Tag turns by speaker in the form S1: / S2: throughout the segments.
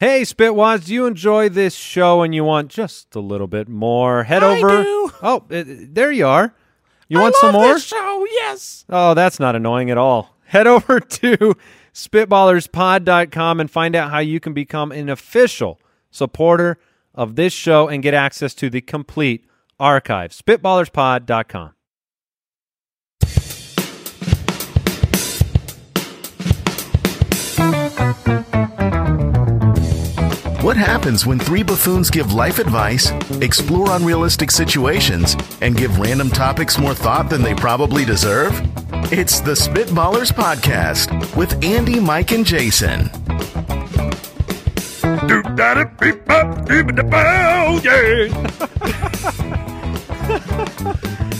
S1: Hey, Spitwads, do you enjoy this show and you want just a little bit more? Head
S2: I
S1: over.
S2: do.
S1: Oh, uh, there you are. You
S2: I
S1: want some
S2: love
S1: more?
S2: This show, yes.
S1: Oh, that's not annoying at all. Head over to spitballerspod.com and find out how you can become an official supporter of this show and get access to the complete archive. Spitballerspod.com.
S3: What happens when three buffoons give life advice, explore unrealistic situations, and give random topics more thought than they probably deserve? It's the Spitballers Podcast with Andy, Mike, and Jason.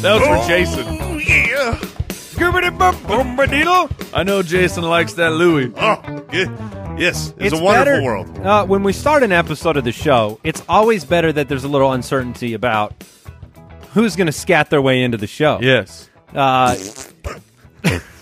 S4: That was for Jason.
S3: yeah.
S4: I know Jason likes that Louis.
S3: Oh, yes. It's, a wonderful
S1: better-
S3: world.
S1: Uh, when we start an episode of the show, it's always better that there's a little uncertainty about who's going to scat their way into the show.
S4: Yes.
S1: Uh,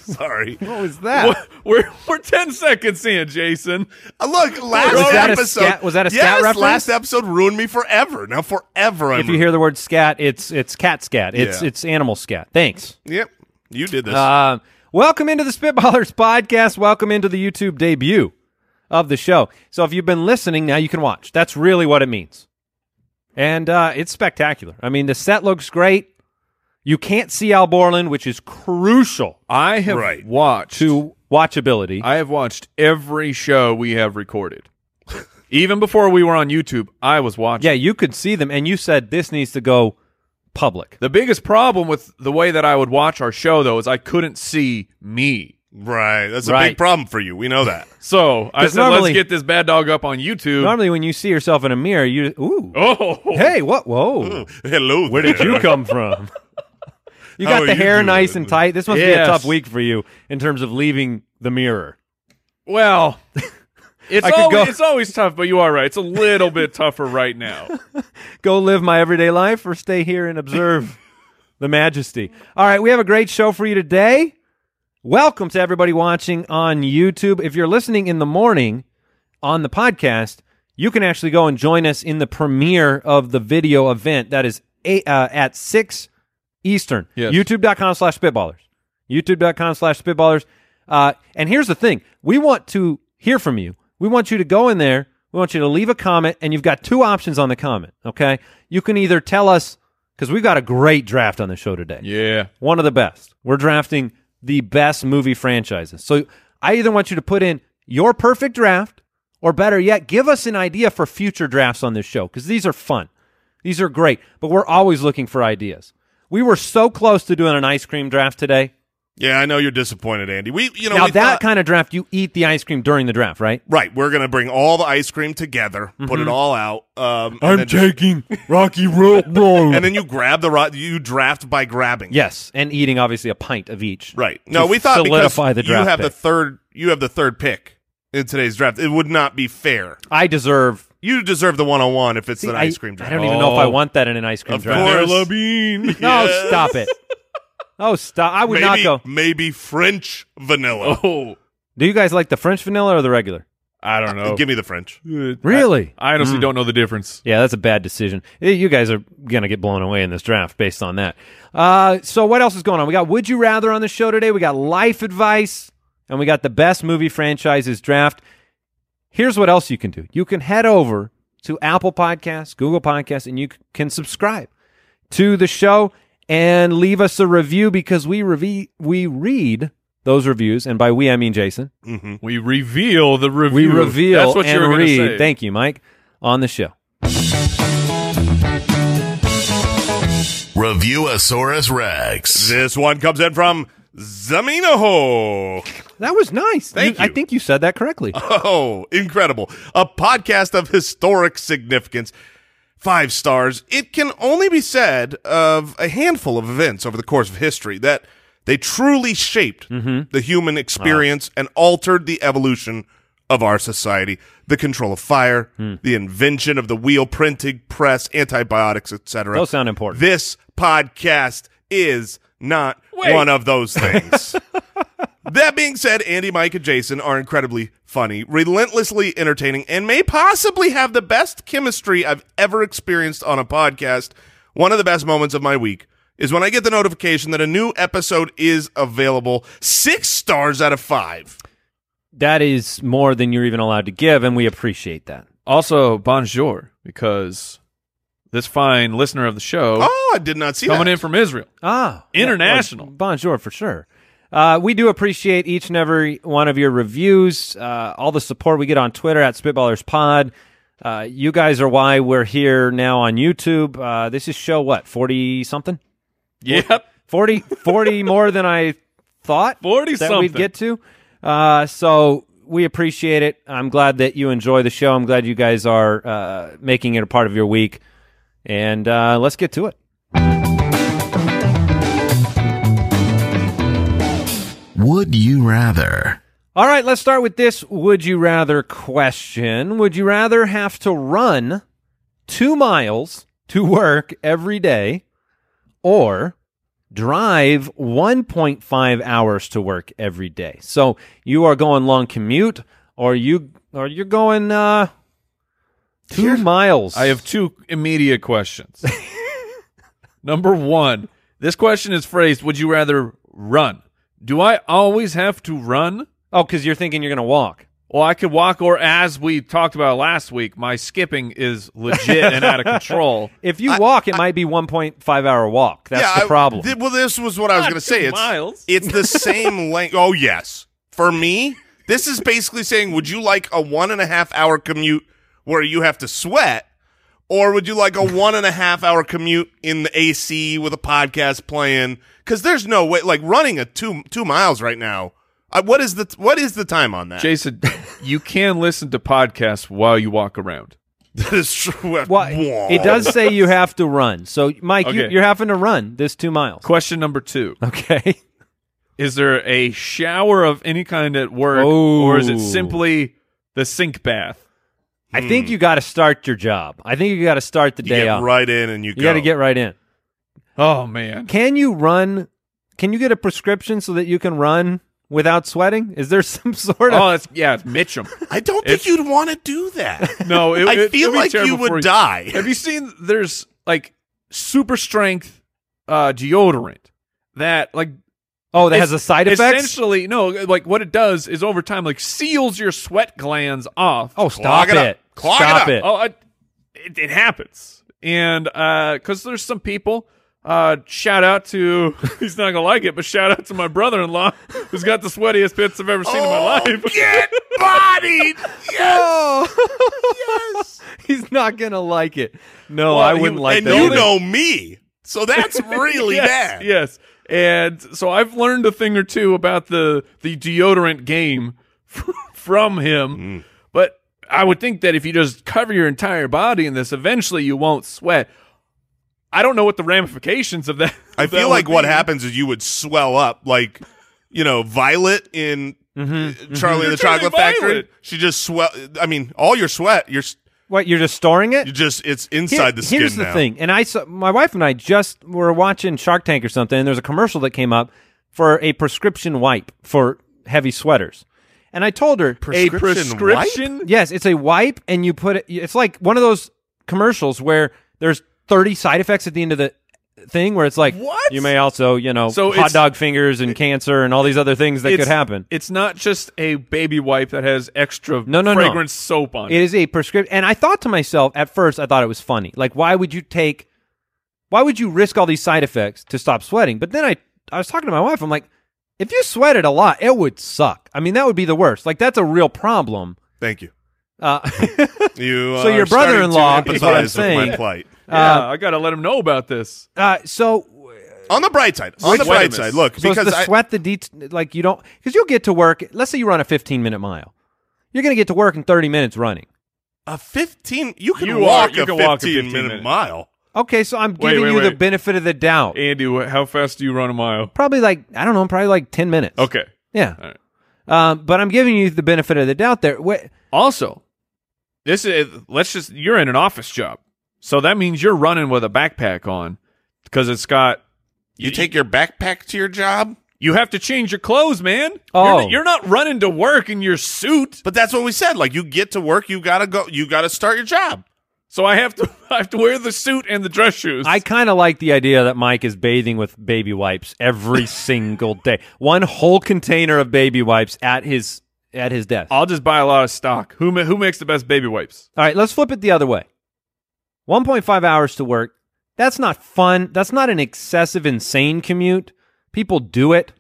S3: Sorry.
S1: what was that?
S4: We're we're ten seconds in, Jason.
S3: Uh, Look, last
S4: Was that
S1: a
S3: episode.
S1: scat- was that a
S3: yes,
S1: scat reference?
S3: last episode ruined me forever. Now forever I'm
S1: If you hear the word scat, it's it's cat scat. It's
S3: Yeah.
S1: it's animal scat. Thanks.
S3: Yep. You did this.
S1: Um, welcome into the Spitballers podcast. Welcome into the YouTube debut of the show. So if you've been listening, now you can watch. That's really what it means. And uh, it's spectacular. I mean, the set looks great. You can't see Al Borland, which is crucial
S4: I have
S3: Right.
S4: watched.
S1: to watchability. Uh,
S4: I have watched every show we have recorded. Even before we were on YouTube, I was watching.
S1: yeah, you could see them, and you said this needs to go public.
S4: The biggest problem with the way that I would watch our show though is I couldn't see me.
S3: right. That's a
S1: right.
S3: big problem for you. We know that.
S4: So I
S1: 'Cause
S4: said,
S1: normally-
S4: let's get this bad dog up on YouTube.
S1: Normally, when you see yourself in a mirror, you ooh,
S4: oh,
S1: hey, what?
S5: Mm.
S1: Whoa,
S3: Hello. Where
S1: did you come from? You
S3: How
S1: got
S3: are
S1: the
S3: you
S1: hair
S3: doing?
S1: nice and tight. This must be a
S4: Yes.
S1: tough week for you in terms of leaving the mirror.
S4: well. It's
S1: I could
S4: always,
S1: go-
S4: it's always tough, but you are right. It's a little bit tougher right now.
S1: Go live my everyday life or stay here and observe the majesty. All right, we have a great show for you today. Welcome to everybody watching on YouTube. If you're listening in the morning on the podcast, you can actually go and join us in the premiere of the video event. That is eight, uh, at 6 Eastern.
S4: Yes.
S1: YouTube.com slash spitballers. YouTube.com slash spitballers. Uh, and here's the thing we want to hear from you. We want you to go in there. We want you to leave a comment, and you've got two options on the comment. Okay. You can either tell us, because we've got a great draft on the show today
S4: Yeah.
S1: one of the best. We're drafting the best movie franchises. So I either want you to put in your perfect draft, or better yet, give us an idea for future drafts on this show because these are fun. These are great, but we're always looking for ideas. We were so close to doing an ice cream draft today.
S5: Yeah, I know you're disappointed, Andy. We, you know,
S1: now,
S5: we
S1: that
S5: thought-
S1: kind of draft, you eat the ice cream during the draft, right?
S5: right? We're gonna bring all the ice cream together, put it all out. Um, and then,
S1: Mm-hmm. taking Rocky Road Road.
S5: and then you grab the ro- you draft by grabbing.
S1: yes, and eating obviously a pint of each.
S5: right. No,
S1: To
S5: we thought
S1: solidify
S5: because
S1: the draft
S5: you have the
S1: pick.
S5: third, you have the third pick in today's draft. It would not be fair.
S1: I deserve.
S5: You deserve the one on one if it's an
S1: I-
S5: ice cream draft.
S1: I don't even know if I
S4: Oh.
S1: want that in an ice cream
S5: Of
S1: draft.
S5: course.
S4: Vanilla bean.
S1: No,
S5: Yes.
S1: stop it. Oh, stop. I would
S5: maybe,
S1: not go.
S5: maybe French vanilla.
S4: Oh,
S1: Do you guys like the French vanilla or the regular?
S4: I don't
S1: oh.
S4: know.
S5: Give Hmm. me the French.
S1: Really?
S4: I, I honestly don't know the difference.
S1: Yeah, that's a bad decision. Eh, You guys are going to get blown away in this draft based on that. Uh, so, what else is going on? We got Would You Rather on the show today. We got life advice, and we got the best movie franchises draft. Here's what else you can do you can head over to Apple Podcasts, Google Podcasts, and you c- can subscribe to the show and leave us a review because we, rev- we read those reviews. And by we, I mean Jason.
S4: We reveal the
S1: We
S4: review.
S1: reveal
S4: That's what
S1: and
S4: you were gonna
S1: read.
S4: Say.
S1: Thank you, Mike, on the show.
S3: Review Asaurus Rex.
S5: This one comes in from Zaminaho.
S1: That was nice.
S5: Thank
S1: I
S5: you.
S1: think you said that correctly.
S5: Oh, incredible. A podcast of historic significance. Five stars. It can only be said of a handful of events over the course of history that they truly shaped
S1: Mm-hmm.
S5: the human experience and altered the evolution of our society. The control of fire,
S1: Hmm.
S5: the invention of the wheel, printing press, antibiotics, etc.
S1: Those sound important.
S5: This podcast is not one of those things. That being said, Andy, Mike, and Jason are incredibly funny, relentlessly entertaining, and may possibly have the best chemistry I've ever experienced on a podcast. One of the best moments of my week is when I get the notification that a new episode is available. Six stars out of five.
S1: That is more than you're even allowed to give, and we appreciate that.
S4: Also, bonjour, because this fine listener of the show
S5: Oh, I did not see
S4: coming
S5: that.
S4: in from Israel.
S1: Ah,
S4: International.
S1: well, bonjour for sure. Uh, we do appreciate each and every one of your reviews, uh, all the support we get on Twitter at Spitballers Pod. Uh, you guys are why we're here now on YouTube. Uh, this is show what forty something,
S4: Yep.
S1: 40, 40 more than I thought
S4: 40
S1: that we'd
S4: something.
S1: get to. Uh, so we appreciate it. I'm glad that you enjoy the show. I'm glad you guys are uh, making it a part of your week. And uh, let's get to it.
S3: Would you rather?
S1: All right, let's start with this would you rather question. Would you rather have to run two miles to work every day or drive 1.5 hours to work every day? So you are going long commute or you or you're going uh two miles.
S4: I have two immediate questions. Number one, this question is phrased Would you rather run? Do I always have to run?
S1: Oh, because you're thinking you're gonna walk.
S4: Well, I could walk, or as we talked about last week, my skipping is legit and out of control.
S1: If you walk, it might be 1.5 hour walk. That's
S5: Yeah,
S1: the
S5: I-
S1: problem. Ah,
S5: thi- well, this was what I was
S4: Not
S5: going to say.
S4: two
S5: It's
S4: miles.
S5: it's the same length. Oh yes, for me, this is basically saying, would you like a one and a half hour commute where you have to sweat, or would you like a one and a half hour commute in the AC with a podcast playing? Because there's no way, like running a two two miles right now. I, what is the what is the time on that?
S4: Jason, you can listen to podcasts while you walk around.
S5: that is true.
S1: Well, it does say you have to run. So, Mike, you,
S4: Okay.
S1: you're having to run this two miles.
S4: Question number two
S1: Okay.
S5: Hmm.
S4: Is there a shower of any kind at work,
S1: Oh.
S4: or is it simply the sink bath?
S1: I think you got to start your job. I think you got to start the
S5: You
S1: day
S5: get
S1: off.
S5: right in and you,
S1: you got to
S5: go.
S1: get right in.
S4: Oh, man.
S1: Can you run? Can you get a prescription so that you can run without sweating? Is there some sort of?
S4: Oh, it's, yeah, it's Mitchum.
S5: I don't think
S4: It's-
S5: you'd want to do that.
S4: No, it,
S5: I
S4: it-
S5: feel
S4: it'd be
S5: like
S4: terrible
S5: you
S4: for
S5: would die.
S4: Have you seen? There's like super strength uh, deodorant that like
S1: Oh, that
S4: it's-
S1: has a side effect.
S4: essentially no like what it does is over time like seals your sweat glands off.
S1: Oh,
S5: Clog
S1: stop
S5: it
S1: it!
S5: up. Clog it
S1: stop
S5: up.
S1: it!
S4: oh, I, it, it happens, and because there's some people. Uh, shout out to he's not gonna like it, but shout out to my brother-in-law who's got the sweatiest pits I've ever seen in
S1: Oh,
S4: my life.
S5: Get bodied. Oh,
S1: He's not gonna like it. No,
S4: Well,
S1: I
S4: you-
S1: wouldn't like
S5: and
S1: that.
S5: you
S1: either.
S5: know me. So that's really
S4: yes,
S5: bad.
S4: Yes. And so I've learned a thing or two about the the deodorant game from him.
S5: Mm.
S4: But I would think that if you just cover your entire body in this, eventually you won't sweat. I don't know what the ramifications of that.
S5: I
S4: of that
S5: feel like
S4: would
S5: what
S4: be.
S5: happens is you would swell up like, you know, Violet in
S1: Mm-hmm,
S5: uh, Charlie and the
S4: You're Charlie
S5: Chocolate Factory.
S4: Violet.
S5: She just swell. I mean, all your sweat, you're, s-
S1: What? You're just storing it?
S5: you just it's
S1: Here-
S5: inside the skin
S1: Here's the
S5: now.
S1: thing, and I saw my wife and I just were watching Shark Tank or something, and there's a commercial that came up for a prescription wipe for heavy sweaters, and I told her,
S4: A
S5: Prescription
S4: prescription?
S1: yes, it's a wipe, and you put it. It's like one of those commercials where there's 30 side effects at the end of the thing, where it's like,
S4: What?
S1: You may also, you know,
S4: So
S1: hot
S4: it's-
S1: dog fingers and cancer and all these other things that
S4: It's-
S1: could happen.
S4: It's not just a baby wipe that has extra
S1: No, no, no.
S4: fragrance soap on it.
S1: It is a prescription. And I thought to myself at first, I thought it was funny. Like, why would you take, why would you risk all these side effects to stop sweating? But then I, I was talking to my wife. I'm like, if you sweated a lot, it would suck. I mean, that would be the worst. Like, that's a real problem.
S5: Thank you.
S1: Uh,
S5: You
S1: So
S5: are
S1: your
S5: starting to
S1: brother-in-law is what I'm
S5: empathize with my
S1: saying.
S5: plight.
S4: Yeah, I got to let him know about this.
S1: uh, so,
S5: On the bright side. On the bright
S4: vitamins?
S5: side. Look,
S1: so
S5: because
S1: it's the
S5: I,
S1: sweat, the det- like you don't, because you'll get to work. Let's say you run a 15 minute mile. You're going to get to work in 30 minutes running.
S5: a 15 you can
S4: You are-
S5: walk
S4: you
S5: a
S4: can walk a
S5: 15
S4: 15
S5: minute
S4: minute.
S5: mile.
S1: Okay, so I'm
S4: Wait,
S1: giving
S4: wait,
S1: you the
S4: wait.
S1: benefit of the doubt.
S4: Andy, wh- how fast do you run a mile?
S1: Probably like, I don't know, probably like 10 minutes.
S4: Okay.
S1: Yeah.
S4: All right.
S1: Um, but I'm giving you the benefit of the doubt there. Wait,
S4: Also, this is let's just you're in an office job, so that means you're running with a backpack on because it's got
S5: You take your backpack to your job?
S4: you have to change your clothes, man.
S1: Oh.
S4: You're, you're not running to work in your suit.
S5: But that's what we said. Like you get to work, you gotta go, you gotta start your job.
S4: So I have to I have to wear the suit and the dress shoes.
S1: I kind of like the idea that Mike is bathing with baby wipes every single day. One whole container of baby wipes at his at his desk.
S4: I'll just buy a lot of stock. Who ma- who makes the best baby wipes?
S1: All right, let's flip it the other way. 1.5 hours to work. That's not fun. That's not an excessive, insane commute. People do it.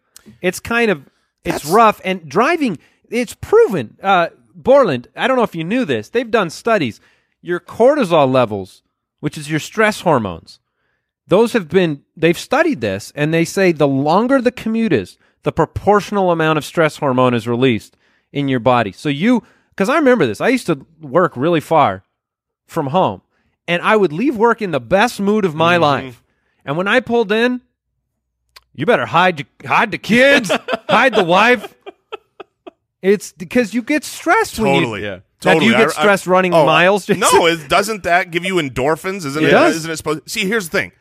S1: It's kind of it's rough and driving. It's proven. Uh, Borland, I don't know if you knew this. They've done studies. Your cortisol levels, which is your stress hormones, those have been they've studied this and they say the longer the commute is the proportional amount of stress hormone is released in your body so you because i remember this i used to work really far from home and i would leave work in the best mood of
S5: Mm-hmm.
S1: my life and when i pulled in you better hide your, hide the kids hide the wife it's because you get stressed when
S5: Totally.
S1: you
S5: Yeah.
S1: Now, do you
S5: Totally.
S1: get
S5: I- I-
S1: stressed running
S5: Oh,
S1: miles Jason?
S5: No, it doesn't that give you endorphins? Isn't
S1: It
S5: it?
S1: does.
S5: Isn't it supposed? See, here's the thing.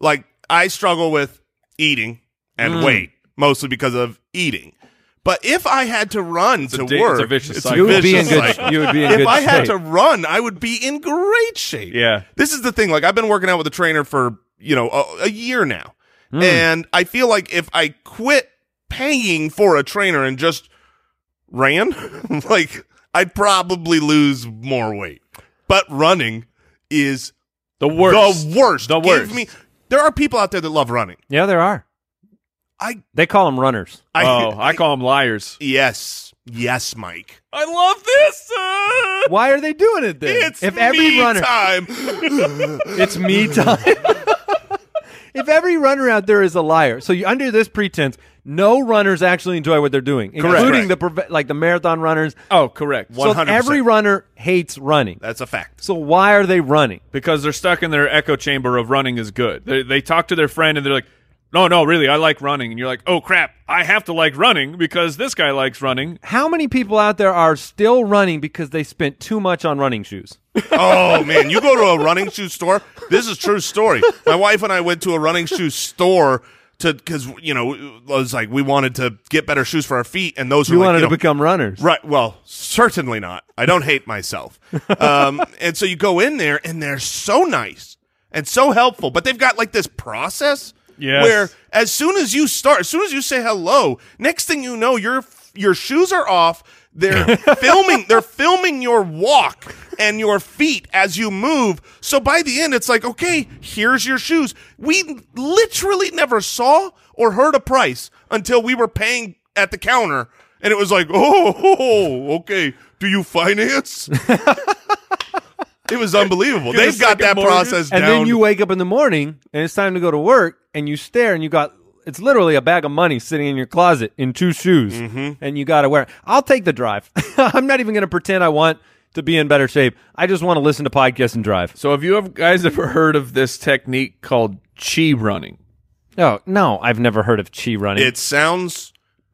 S5: Like I struggle with eating and
S1: Mm.
S5: weight mostly because of eating. But if I had to run to
S4: da- it's a
S5: work,
S4: vicious
S5: it's a
S4: cycle.
S1: you would be in
S5: vicious
S1: good
S5: cycle.
S1: you would be in good
S5: if I had
S1: shape.
S5: to run, I would be in great shape.
S4: Yeah.
S5: This is the thing. Like I've been working out with a trainer for you know a, a year now, and I feel like if I quit paying for a trainer and just ran, like I'd probably lose more weight. But running is
S4: The worst.
S5: the worst.
S4: The
S5: Give
S4: worst.
S5: me- there are people out there that love running.
S1: yeah there are
S5: I,
S1: they call them runners
S5: I,
S4: oh, I call them liars.
S5: yes, yes, Mike.
S4: I love this. uh.
S1: Why are they doing it then?
S5: It's
S1: if every
S5: me
S1: runner,
S5: time.
S1: it's me time. if every runner out there is a liar, so you, under this pretense, no runners actually enjoy what they're doing, including
S5: Correct.
S1: the prov- like the marathon runners.
S4: Oh, correct.
S1: So
S5: 100%.
S1: every runner hates running.
S5: That's a fact.
S1: So why are they running?
S4: because they're stuck in their echo chamber of running is good. They, they talk to their friend and they're like, no, no, really, I like running. And you're like, oh crap, I have to like running because this guy likes running.
S1: How many people out there are still running because they spent too much on running shoes?
S5: Oh man, you go to a running shoe store. This is true story. My wife and I went to a running shoe store to because you know it was like we wanted to get better shoes for our feet, and those
S1: You
S5: were like,
S1: wanted
S5: you know,
S1: to become runners.
S5: right. Well, certainly not. I don't hate myself. Um, and so you go in there, and they're so nice and so helpful, but they've got like this process
S4: Yes.
S5: where as soon as you start, as soon as you say hello, next thing you know, your your shoes are off. They're filming. They're filming your walk and your feet as you move. So by the end, it's like, okay, here's your shoes. We literally never saw or heard a price until we were paying at the counter, and it was like, oh, okay. Do you finance? it was unbelievable.
S4: Get a
S5: They've got
S4: second
S5: that
S4: mortgage.
S5: process
S1: And
S5: down.
S1: then you wake up in the morning and it's time to go to work and you stare and you got it's literally a bag of money sitting in your closet in two shoes and you got to wear it. I'll take the drive. I'm not even going to pretend I want to be in better shape. I just want to listen to podcasts and drive.
S4: So have you ever, guys ever heard of this technique called chi running?
S1: Oh, no, I've never heard of chi running.
S5: it sounds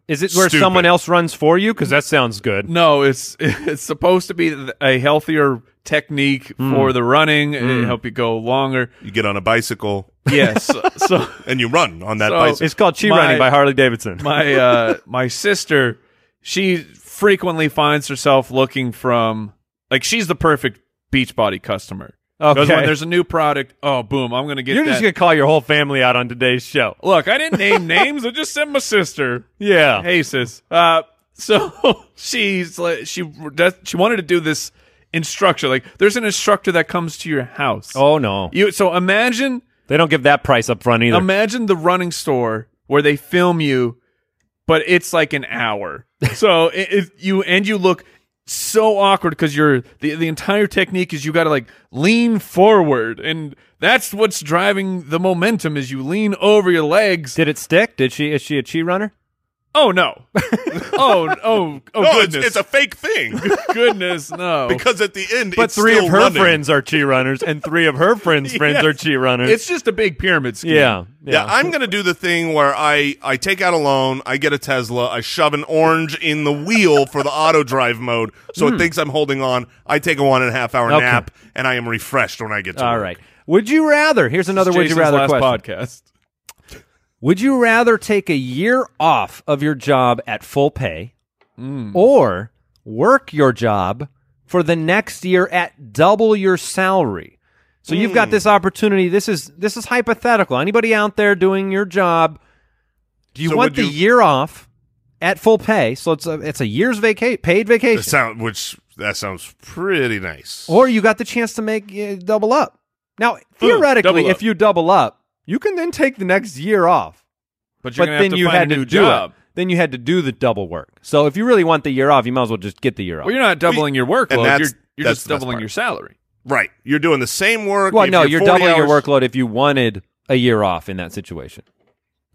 S1: Is it where
S5: stupid.
S1: someone else runs for you? Because that sounds good.
S4: No, it's it's supposed to be th- a healthier technique for the running. It help you go longer.
S5: you get on a bicycle
S4: Yes. so
S5: and you run on that
S4: So-
S5: bicycle.
S1: It's called Chi
S4: My-
S1: Running by Harley Davidson.
S4: my uh my sister she frequently finds herself looking from like she's the perfect beachbody customer because
S1: Okay.
S4: when there's a new product oh boom i'm gonna get
S1: You're just
S4: that
S1: going to call your whole family out on today's show.
S4: look i didn't name names i just said my sister
S1: Yeah.
S4: hey sis uh so she's like she does- she wanted to do this instructor like there's an instructor that comes to your house
S1: Oh, no.
S4: you so imagine
S1: They don't give that price up front either.
S4: Imagine the running store where they film you, but it's like an hour. So it, it, you and you look so awkward because you're the the entire technique is you got to like lean forward, and that's what's driving the momentum is you lean over your legs.
S1: Did it stick? Did she is she a chi runner?
S4: Oh no! oh oh oh
S5: No, it's,
S4: goodness!
S5: it's a fake thing
S4: goodness no.
S5: because at the end,
S1: But
S5: it's
S1: three
S5: still
S1: of her
S5: running.
S1: friends are chi runners, and three of her friends' friends are chi runners.
S4: it's just a big pyramid scheme.
S1: yeah,
S5: Yeah, I'm gonna do the thing where I I take out a loan, I get a Tesla, I shove an orange in the wheel for the auto drive mode, so it thinks I'm holding on. I take a one and a half hour
S1: Hmm. Okay.
S5: nap, and I am refreshed when I get to
S1: All
S5: work.
S1: right. Would you rather? Here's another
S4: Jason's
S1: would you rather
S4: last
S1: question.
S4: podcast.
S1: Would you rather take a year off of your job at full pay
S5: Mm.
S1: or work your job for the next year at double your salary? So you've
S5: Mm.
S1: got this opportunity. This is this is hypothetical. Anybody out there doing your job, do you
S5: So
S1: want
S5: would
S1: the
S5: you-
S1: year off at full pay? So it's a it's a year's vaca- paid
S5: The
S1: vacation.
S5: sound, which that sounds pretty nice.
S1: or you got the chance to make uh, double up. Now, theoretically,
S4: double up.
S1: if you double up, you can then take the next year off.
S4: But
S1: But
S4: you're gonna
S1: then
S4: have to
S1: you
S4: find
S1: had
S4: a
S1: to
S4: new
S1: do
S4: job.
S1: it. Then you had to do the double work. So if you really want the year off, you might as well just get the year off.
S4: Well, you're not doubling your
S5: And
S4: workload.
S5: that's-
S4: You're, you're
S5: that's
S4: just
S5: the best
S4: doubling
S5: part.
S4: your salary.
S5: right, you're doing the same work.
S1: well,
S5: if
S1: no, you're,
S5: 40
S1: doubling your
S5: hours-
S1: workload if you wanted a year off in that situation.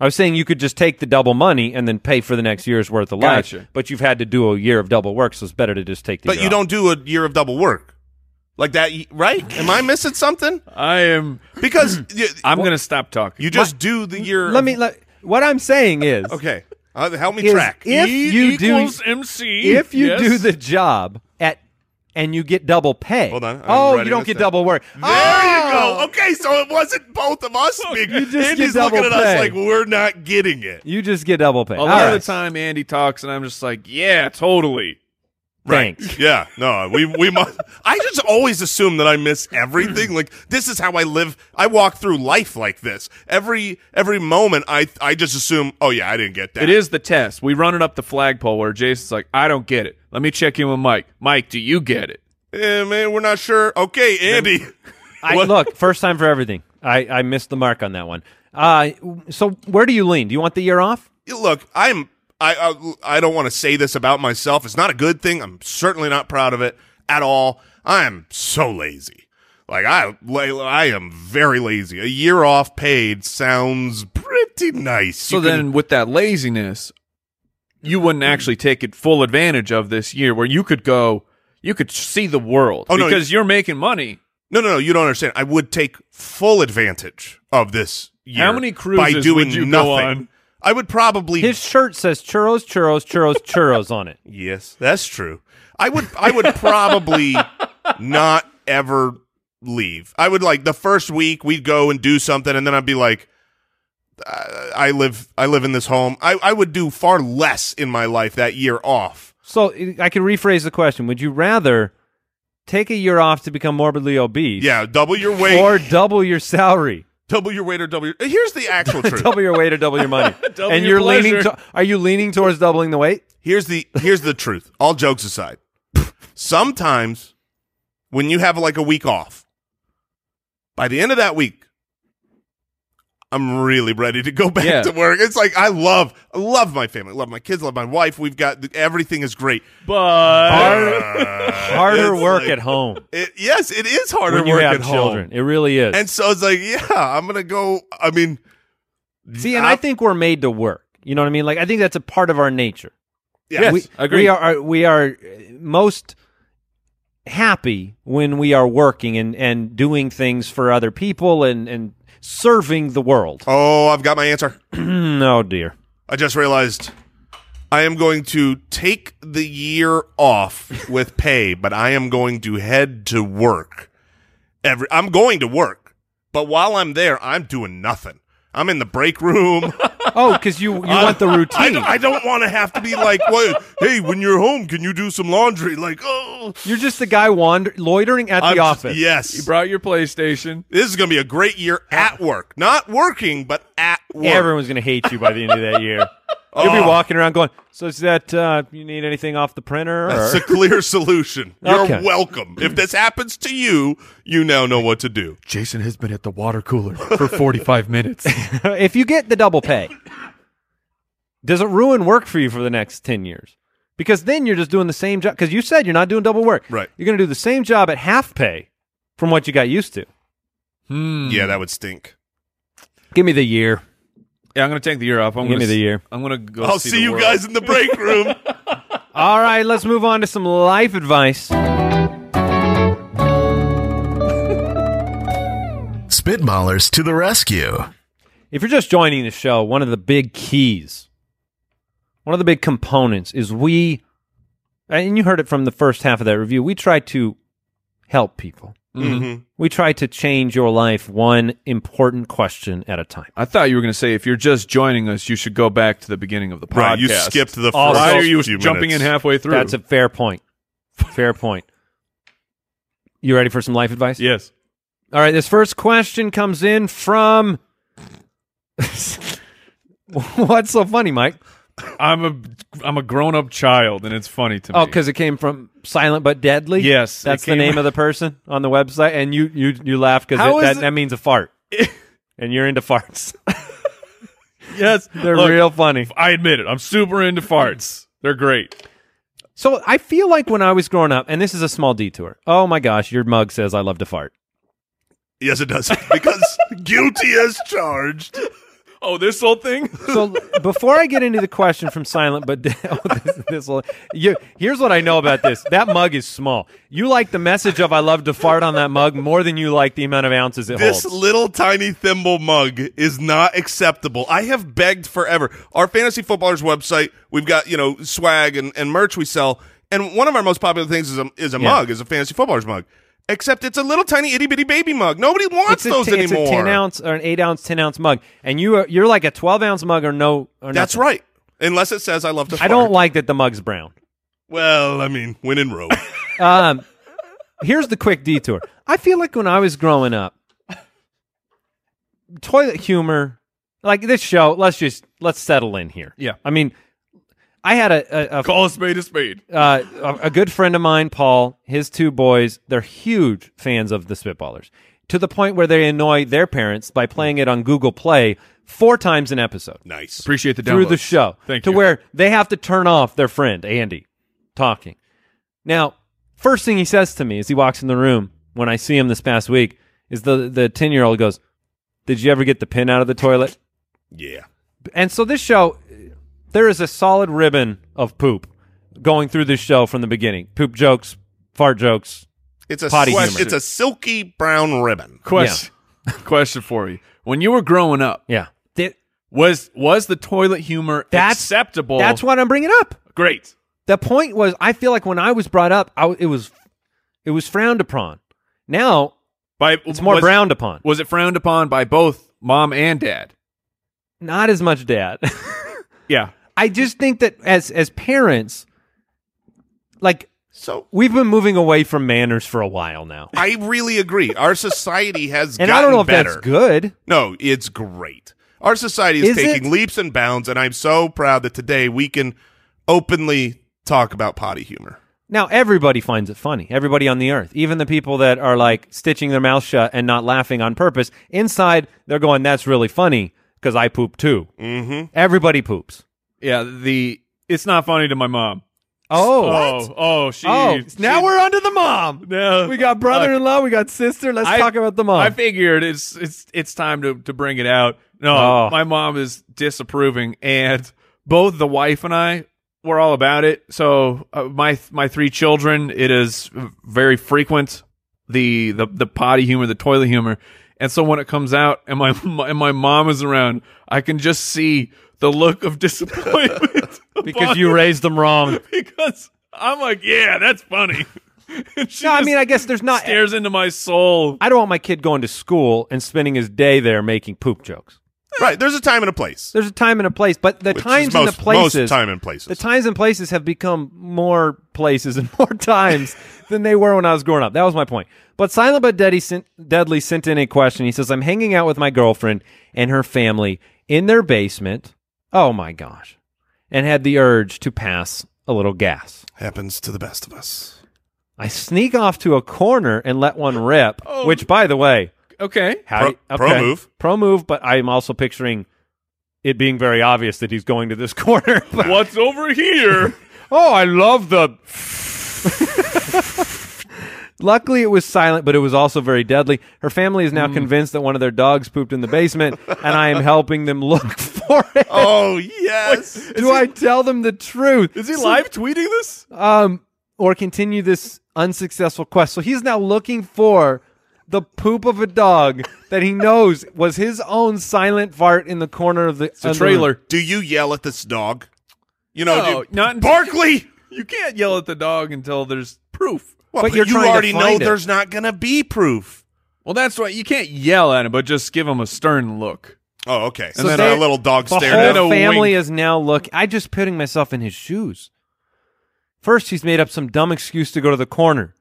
S1: I was saying you could just take the double money and then pay for the next year's worth of life,
S4: Gotcha.
S1: but you've had to do a year of double work, so it's better to just take the
S5: But
S1: year
S5: you
S1: off.
S5: don't do a year of double work like that, y- right? Am I missing something?
S4: I am.
S5: Because you,
S4: I'm gonna stop talking.
S5: you just do the year.
S1: Let
S5: of-
S1: me. Let, what I'm saying is,
S5: Okay, Uh, help me
S1: Is
S5: track.
S1: if
S4: E
S1: you do-
S4: equals MC.
S1: if you
S4: yes.
S1: do the job at and you get double pay.
S5: Hold on, I'm
S1: oh,
S5: writing
S1: you don't
S5: this
S1: get
S5: down.
S1: double work. Oh! There
S5: There you go. Okay, so it wasn't both of us. Big.
S1: Oh, you just
S5: Andy's
S1: get double
S5: looking at us
S1: pay.
S5: like we're not getting it.
S1: You just get double pay.
S4: A lot of the time, Andy talks, and I'm just like, yeah, totally.
S1: Thanks.
S5: Yeah, no, we we must. I just always assume that I miss everything. Like this is how I live. I walk through life like this. Every every moment, I I just assume. Oh yeah, I didn't get that.
S4: It is the test. We run it up the flagpole where Jason's like, I don't get it. Let me check in with Mike. Mike, do you get it?
S5: Eh, man, we're not sure. Okay, Andy.
S1: I,
S5: What-
S1: look, first time for everything. I, I missed the mark on that one. Uh, so where do you lean? Do you want the year off?
S5: Look, I'm. I I, I don't want to say this about myself. It's not a good thing. I'm certainly not proud of it at all. I am so lazy. Like I I am very lazy. A year off paid sounds pretty nice.
S4: So
S5: You can-
S4: then, with that laziness, you wouldn't actually take it full advantage of this year where you could go, you could see the world
S5: Oh, no,
S4: because you're making money.
S5: No, no, no. You don't understand. I would take full advantage of this year.
S4: How many
S5: by
S4: cruises
S5: doing
S4: would you
S5: nothing.
S4: go on?
S5: I would probably.
S1: His shirt says churros, churros, churros, churros on it.
S5: yes, that's true. I would. I would probably not ever leave. I would like the first week we'd go and do something, and then I'd be like, I, I live. I live in this home. I, I would do far less in my life that year off.
S1: So uh, I I can rephrase the question. Would you rather take a year off to become morbidly obese
S5: Yeah, double your weight,
S1: or double your salary?
S5: double your weight, or double. Your, here's the actual truth.
S1: Double your weight or double your money.
S4: Double
S1: and
S4: your
S1: you're leaning
S4: pleasure.
S1: to, are you leaning towards doubling the weight?
S5: Here's the here's the truth. All jokes aside, sometimes when you have like a week off, by the end of that week, I'm really ready to go back
S4: Yeah.
S5: to work. It's like I love I love my family, love my kids, love my wife. We've got everything is great. Uh,
S4: But
S1: Harder
S5: It's
S1: work
S5: like-
S1: at home
S5: It, yes, it is harder
S1: when you
S5: work
S1: have
S5: at home.
S1: children. It really is.
S5: And so it's like, yeah, I'm gonna go. I mean,
S1: See, and I,
S5: I-
S1: think we're made to work. You know what I mean? Like I think that's a part of our nature.
S5: yeah,
S4: Yes.
S1: we,
S4: agreed.
S1: we are are- we are most happy when we are working and, and doing things for other people and, and serving the world.
S5: oh, I've got my answer.
S1: no Mm, oh, dear.
S5: I just realized I am going to take the year off with pay, but I am going to head to work. Every I'm going to work, but while I'm there, I'm doing nothing. I'm in the break room.
S1: Oh, because you, you want the
S5: I
S1: routine.
S5: don't, I don't want to have to be like, well, hey, when you're home, can you do some laundry? Like, oh,
S1: You're just the guy wander loitering at
S5: I'm
S1: the
S5: just-
S1: office.
S5: Yes,
S4: you brought your PlayStation.
S5: this is going to be a great year at work, not working, but at work. Oh.
S1: Everyone's gonna hate you by the end of that year. You'll be walking around going, So is that uh, you need anything off the printer? Or?
S5: That's a clear solution. You're
S1: Okay.
S5: welcome. If this happens to you, you now know what to do.
S4: Jason has been at the water cooler for 45 minutes.
S1: if you get the double pay, does it ruin work for you for the next 10 years? Because then you're just doing the same job. Because you said you're not doing double work.
S5: Right.
S1: You're going to do the same job at half pay from what you got used to.
S4: Hmm.
S5: Yeah, that would stink.
S1: Give me the year.
S4: Yeah, I'm going to take the year off. I'm
S1: Give
S4: gonna
S1: me the
S4: s-
S1: year.
S4: I'm going to go
S5: I'll
S4: see,
S5: see,
S4: the
S5: you
S4: world.
S5: guys in the break room.
S1: All right, let's move on to some life advice.
S3: Spitballers to the rescue.
S1: If you're just joining the show, one of the big keys, one of the big components is we, and you heard it from the first half of that review, we try to help people. We try to change your life one important question at a time.
S4: I thought you were going to say if you're just joining us, you should go back to the beginning of the podcast.
S5: Right, you skipped the first
S1: Also-
S4: Why are you
S5: few
S4: jumping
S5: minutes.
S4: in halfway through?
S1: That's a fair point. Fair point. You ready for some life advice?
S4: yes.
S1: All right, this first question comes in from. What's so funny, Mike?
S4: I'm a I'm a grown up child, and it's funny to
S1: Oh,
S4: me.
S1: because it came from Silent but Deadly.
S4: Yes, it
S1: that's the
S4: came-
S1: name of the person on the website, and you you you laugh because
S4: How is
S1: that,
S4: it-
S1: that means a fart, and you're into farts.
S4: yes,
S1: They're
S4: Look,
S1: real funny.
S4: I admit it. I'm super into farts. They're great.
S1: So I feel like when I was growing up, and this is a small detour. Oh my gosh, your mug says I love to fart.
S5: Yes, it does. Because guilty as charged.
S4: Oh, this whole thing.
S1: So before I get into the question from Silent but De- oh, this, this will, you, here's what I know about this. That mug is small. You like the message of I love to fart on that mug more than you like the amount of ounces it
S5: This
S1: holds.
S5: little tiny thimble mug is not acceptable. I have begged forever. Our fantasy footballers website, we've got, you know, swag and, and merch we sell. And one of our most popular things is a, is a mug, is a fantasy footballers mug. Except it's a little tiny itty bitty baby mug. Nobody
S1: it's
S5: wants
S1: a,
S5: those
S1: t- it's
S5: anymore.
S1: a 10 ounce or an 8 ounce 10 ounce mug and you are, you're like a 12 ounce mug or no or
S5: That's
S1: nothing.
S5: right. Unless it says I love to
S1: i
S5: fart.
S1: don't like that the mug's brown
S5: Well, I mean, when in Rome.
S1: um, here's the quick detour i feel like when i was growing up toilet humor like this show let's just let's settle in here
S4: Yeah.
S1: i mean i had a, a, a
S4: Call a spade a spade.
S1: uh, a- a good friend of mine, Paul, his two boys, they're huge fans of the Spitballers to the point where they annoy their parents by playing it on Google Play four times an episode
S5: nice.
S4: Appreciate the
S1: through the
S4: downloads.
S1: show
S4: Thank
S1: to
S4: you.
S1: where they have to turn off their friend, Andy, talking. Now, first thing he says to me as he walks in the room when I see him this past week is the the 10 year old goes, Did you ever get the pin out of the toilet?
S5: Yeah.
S1: And so this show, there is a solid ribbon of poop going through this show from the beginning. Poop jokes, fart jokes.
S5: It's a
S1: Potty
S5: sweat-
S1: humor.
S5: it's a silky brown ribbon.
S4: Question. Question for you. When you were growing up,
S1: Yeah.
S4: was was the toilet humor
S1: That's-
S4: acceptable?
S1: That's what I'm bringing up.
S4: Great.
S1: The point was, I feel like when I was brought up, I w it was, it was frowned upon. Now
S4: By
S1: it's more
S4: was,
S1: frowned upon.
S4: Was it frowned upon by both mom and dad?
S1: Not as much dad.
S4: Yeah.
S1: I just think that as as parents, like
S5: So
S1: we've been moving away from manners for a while now,
S5: I really agree. Our society has
S1: and
S5: gotten
S1: I don't know if
S5: better.
S1: that's good.
S5: No, it's great. Our society
S1: Is
S5: is, taking
S1: it?
S5: leaps and bounds, and I'm so proud that today we can openly talk about potty humor.
S1: Now everybody finds it funny. Everybody on the earth, even the people that are like stitching their mouth shut and not laughing on purpose, inside they're going, "That's really funny because I poop too." Mm-hmm. Everybody poops.
S4: Yeah. The it's not funny to my mom.
S1: Oh,
S4: Oh, oh, she.
S1: oh! Now
S4: she-
S1: we're onto the mom.
S4: No.
S1: We got brother-in-law, we got sister. Let's
S4: I-
S1: talk about the mom.
S4: I figured it's it's it's time to to bring it out. No,
S1: Oh.
S4: my mom is disapproving, and both the wife and I were all about it. So uh, my my three children, it is very frequent the the the potty humor, the toilet humor, and so when it comes out, and my, my and my mom is around, I can just see the look of disappointment
S1: because
S4: upon
S1: you
S4: her,
S1: raised them wrong.
S4: because I'm like, yeah, that's funny. And she
S1: no, I
S4: just
S1: mean, I guess there's not.
S4: stares into my soul.
S1: I don't want my kid going to school and spending his day there making poop jokes.
S5: Right? There's a time and a place.
S1: There's a time and a place, but the
S5: which is
S1: times
S5: most,
S1: and the places.
S5: most time and places.
S1: The times and places have become more places and more times than they were when I was growing up. That was my point. But Silent but Deadly sent, Deadly sent in a question. He says, I'm hanging out with my girlfriend and her family in their basement. Oh my gosh. And had the urge to pass a little gas.
S5: Happens to the best of us.
S1: I sneak off to a corner and let one rip,
S5: Oh,
S1: which, by the way,
S4: Okay.
S1: how
S5: Pro-
S1: do you-
S5: pro move.
S1: Pro move, but I'm also picturing it being very obvious that he's going to this corner. But-
S4: What's over here?
S1: Oh, I love the. Luckily, it was silent, but it was also very deadly. Her family is now
S4: Hmm.
S1: convinced that one of their dogs pooped in the basement, and I am helping them look for it.
S5: Oh yes.
S1: Do I tell them the truth?
S4: Is he live tweeting this?
S1: Um, or continue this unsuccessful quest? So he's now looking for the poop of a dog that he knows was his own silent fart in the corner of the,
S4: The
S1: of the room.
S4: trailer.
S5: Do you yell at this dog? You know,
S4: No,
S5: do,
S4: not-
S5: Barkley.
S4: You can't yell at the dog until there's proof.
S5: Well,
S1: But
S5: but
S1: you're
S5: you
S1: trying to
S5: already know
S1: find it.
S5: there's not going to be proof.
S4: Well, that's why you can't yell at him, but just give him a stern look.
S5: Oh, okay.
S1: So
S5: and then
S1: they-
S5: a little dog
S1: The
S5: stare down.
S1: whole
S4: a
S1: family
S4: wink.
S1: is now look. I just putting myself in his shoes. First, he's made up some dumb excuse to go to the corner.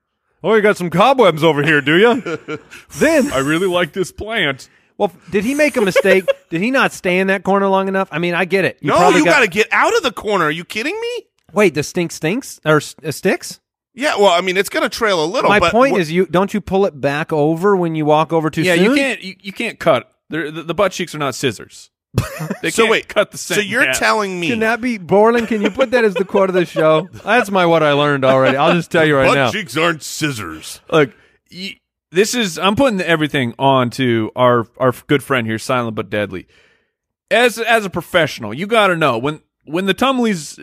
S1: Oh, you got some cobwebs over here, do you? then,
S4: I really like this plant.
S1: well, did he make a mistake? did he not stay in that corner long enough? I mean, I get it. He
S5: No,
S1: probably
S5: you got to get out of the corner. Are you kidding me?
S1: wait. The stink stinks or s- uh, sticks.
S5: Yeah, well, I mean, it's going to trail a little.
S1: My
S5: but
S1: point
S5: wh-
S1: is, you don't you pull it back over when you walk over too
S4: Yeah,
S1: soon.
S4: you can't you, you can't cut. They're, the, the butt cheeks are not scissors. They
S5: So
S4: can't
S5: wait,
S4: cut the
S5: so
S4: scent
S5: you're
S4: in half.
S5: telling me
S1: Can that be Borland? Can you put that as the quote of the show? That's my what I learned already. I'll just tell you right
S5: butt
S1: now.
S5: cheeks aren't scissors?
S4: look. You, this is I'm putting everything on to our our good friend here, silent but deadly. As as a professional, you got to know when when the tumbly's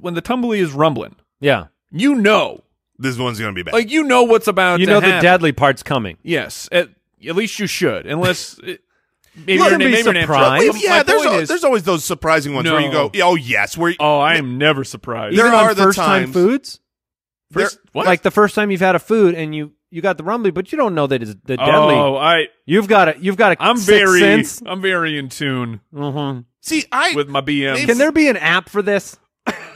S4: when the tumbly is rumbling.
S1: yeah,
S4: You know,
S5: This one's going to be bad.
S4: like you know what's about.
S1: you
S4: to
S1: know the
S4: happen.
S1: deadly part's coming.
S4: Yes, at, at least you should, unless it, maybe
S1: Look,
S4: your
S1: be
S4: name, maybe your name's
S1: surprised.
S4: wrong.
S1: Well,
S5: yeah,
S4: My
S5: there's
S4: point
S5: al-
S4: is-
S5: there's always those surprising ones where you
S4: No.
S5: go, oh yes, where
S4: oh, I am never surprised.
S5: There
S1: Even on
S5: are the
S1: first time
S5: times-
S1: foods.
S5: there-
S4: First- what?
S1: Like the first time you've had a food and you you got the rumbly, but you don't know that it's the deadly.
S4: Oh, I
S1: You've got a you've got a
S4: I'm
S1: sixth
S4: very
S1: sense.
S4: I'm very in tune
S1: Mhm.
S5: see, I
S4: with my BM.
S1: Can there be an app for this?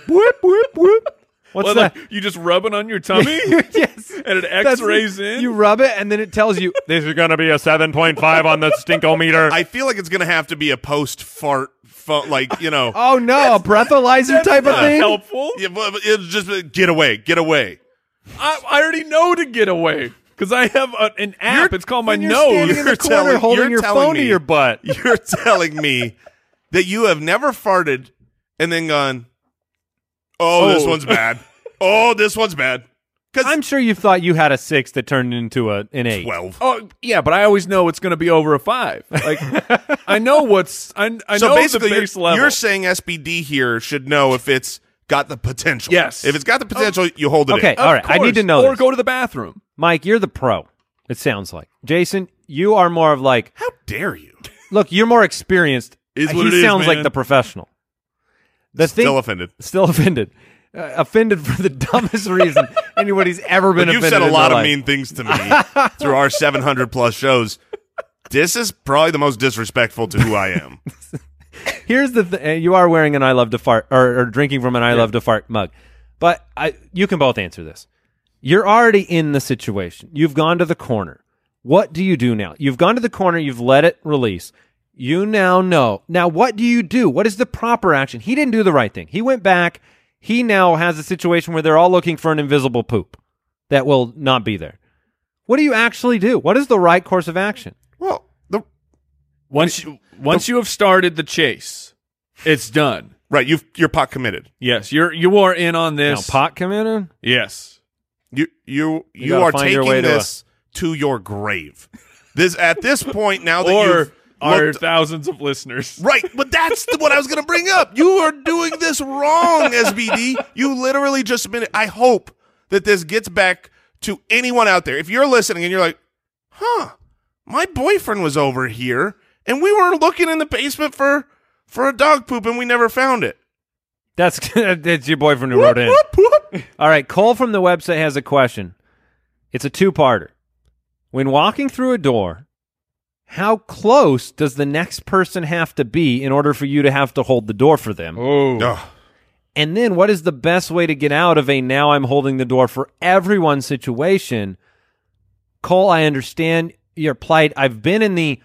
S1: whoop whoop whoop. What's
S4: well,
S1: that?
S4: like, you just rub it on your tummy
S1: yes.
S4: and it
S1: That's-
S4: X-rays in.
S1: You rub it and then it tells you
S2: This is going to be a 7.5 on the stinkometer.
S5: I feel like it's going to have to be a post fart, fu- like you know,
S1: Oh no, a breathalyzer type of
S4: Not
S1: thing.
S4: Ah, helpful.
S5: yeah, but but it's just uh, get away, get away.
S4: I, I already know to get away because I have a, an app. it's called my
S1: When you're
S4: nose.
S1: standing in the
S5: You're
S1: corner
S5: telling-
S1: holding
S5: you're
S1: your
S5: telling
S1: phone to
S5: me.
S1: your butt.
S5: You're telling me that you have never farted and then gone, oh, this
S4: Oh.
S5: one's bad. Oh, this one's bad.
S1: I'm sure you thought you had a six that turned into a, an eight.
S5: Twelve.
S4: Oh yeah, but I always know it's going to be over a five. Like I know what's I, I
S5: so
S4: know
S5: basically,
S4: the base
S5: you're,
S4: level.
S5: you're saying SBD here should know if it's got the potential.
S4: Yes.
S5: If it's got the potential, you hold it.
S1: Oh. Okay,
S5: In.
S1: all right. I
S4: course,
S1: need to know.
S4: Or
S1: this.
S4: go to the bathroom.
S1: Mike, you're the pro. It sounds like Jason. You are more of like
S5: How dare you?
S1: look. You're more experienced.
S5: Is
S1: he
S5: what it is,
S1: sounds like
S5: man.
S1: the professional. The
S5: Still
S1: thing,
S5: offended.
S1: still offended, uh, offended for the dumbest reason anybody's ever been
S5: But you've
S1: offended.
S5: said a
S1: in
S5: lot
S1: their
S5: of
S1: life.
S5: mean things to me through our 700 plus shows. This is probably the most disrespectful to who I am.
S1: Here's the th- uh, you are wearing an I love to fart or, or drinking from an I love to fart mug, but I you can both answer this. You're already in the situation. You've gone to the corner. What do you do now? You've gone to the corner. You've let it release. You now know. Now what do you do? What is the proper action? He didn't do the right thing. He went back. He now has a situation where they're all looking for an invisible poop that will not be there. What do you actually do? What is the right course of action?
S5: Well, the,
S4: Once you once you have started the chase, it's done.
S5: right, you've, you're pot committed.
S4: Yes, you're you are in on
S1: Now,
S4: this.
S1: pot committed.
S4: yes,
S5: You you you,
S1: gotta
S5: are
S1: find your
S5: taking
S1: way to a-
S5: this to, your grave. This at this point now that
S4: or
S5: you've
S4: our
S5: looked-
S4: thousands of listeners.
S5: right, but that's the, what I was going to bring up. You are doing this wrong, SBD. You literally just been. I hope that this gets back to anyone out there. If you're listening and you're like, huh, my boyfriend was over here and we were looking in the basement for for a dog poop and we never found it.
S1: That's that's your boyfriend who wrote in. All right, Cole from the website has a question. It's a two-parter. When walking through a door, how close does the next person have to be in order for you to have to hold the door for them?
S4: Oh,
S5: Ugh.
S1: And then what is the best way to get out of a now I'm holding the door for everyone situation? Cole, I understand your plight. I've been in the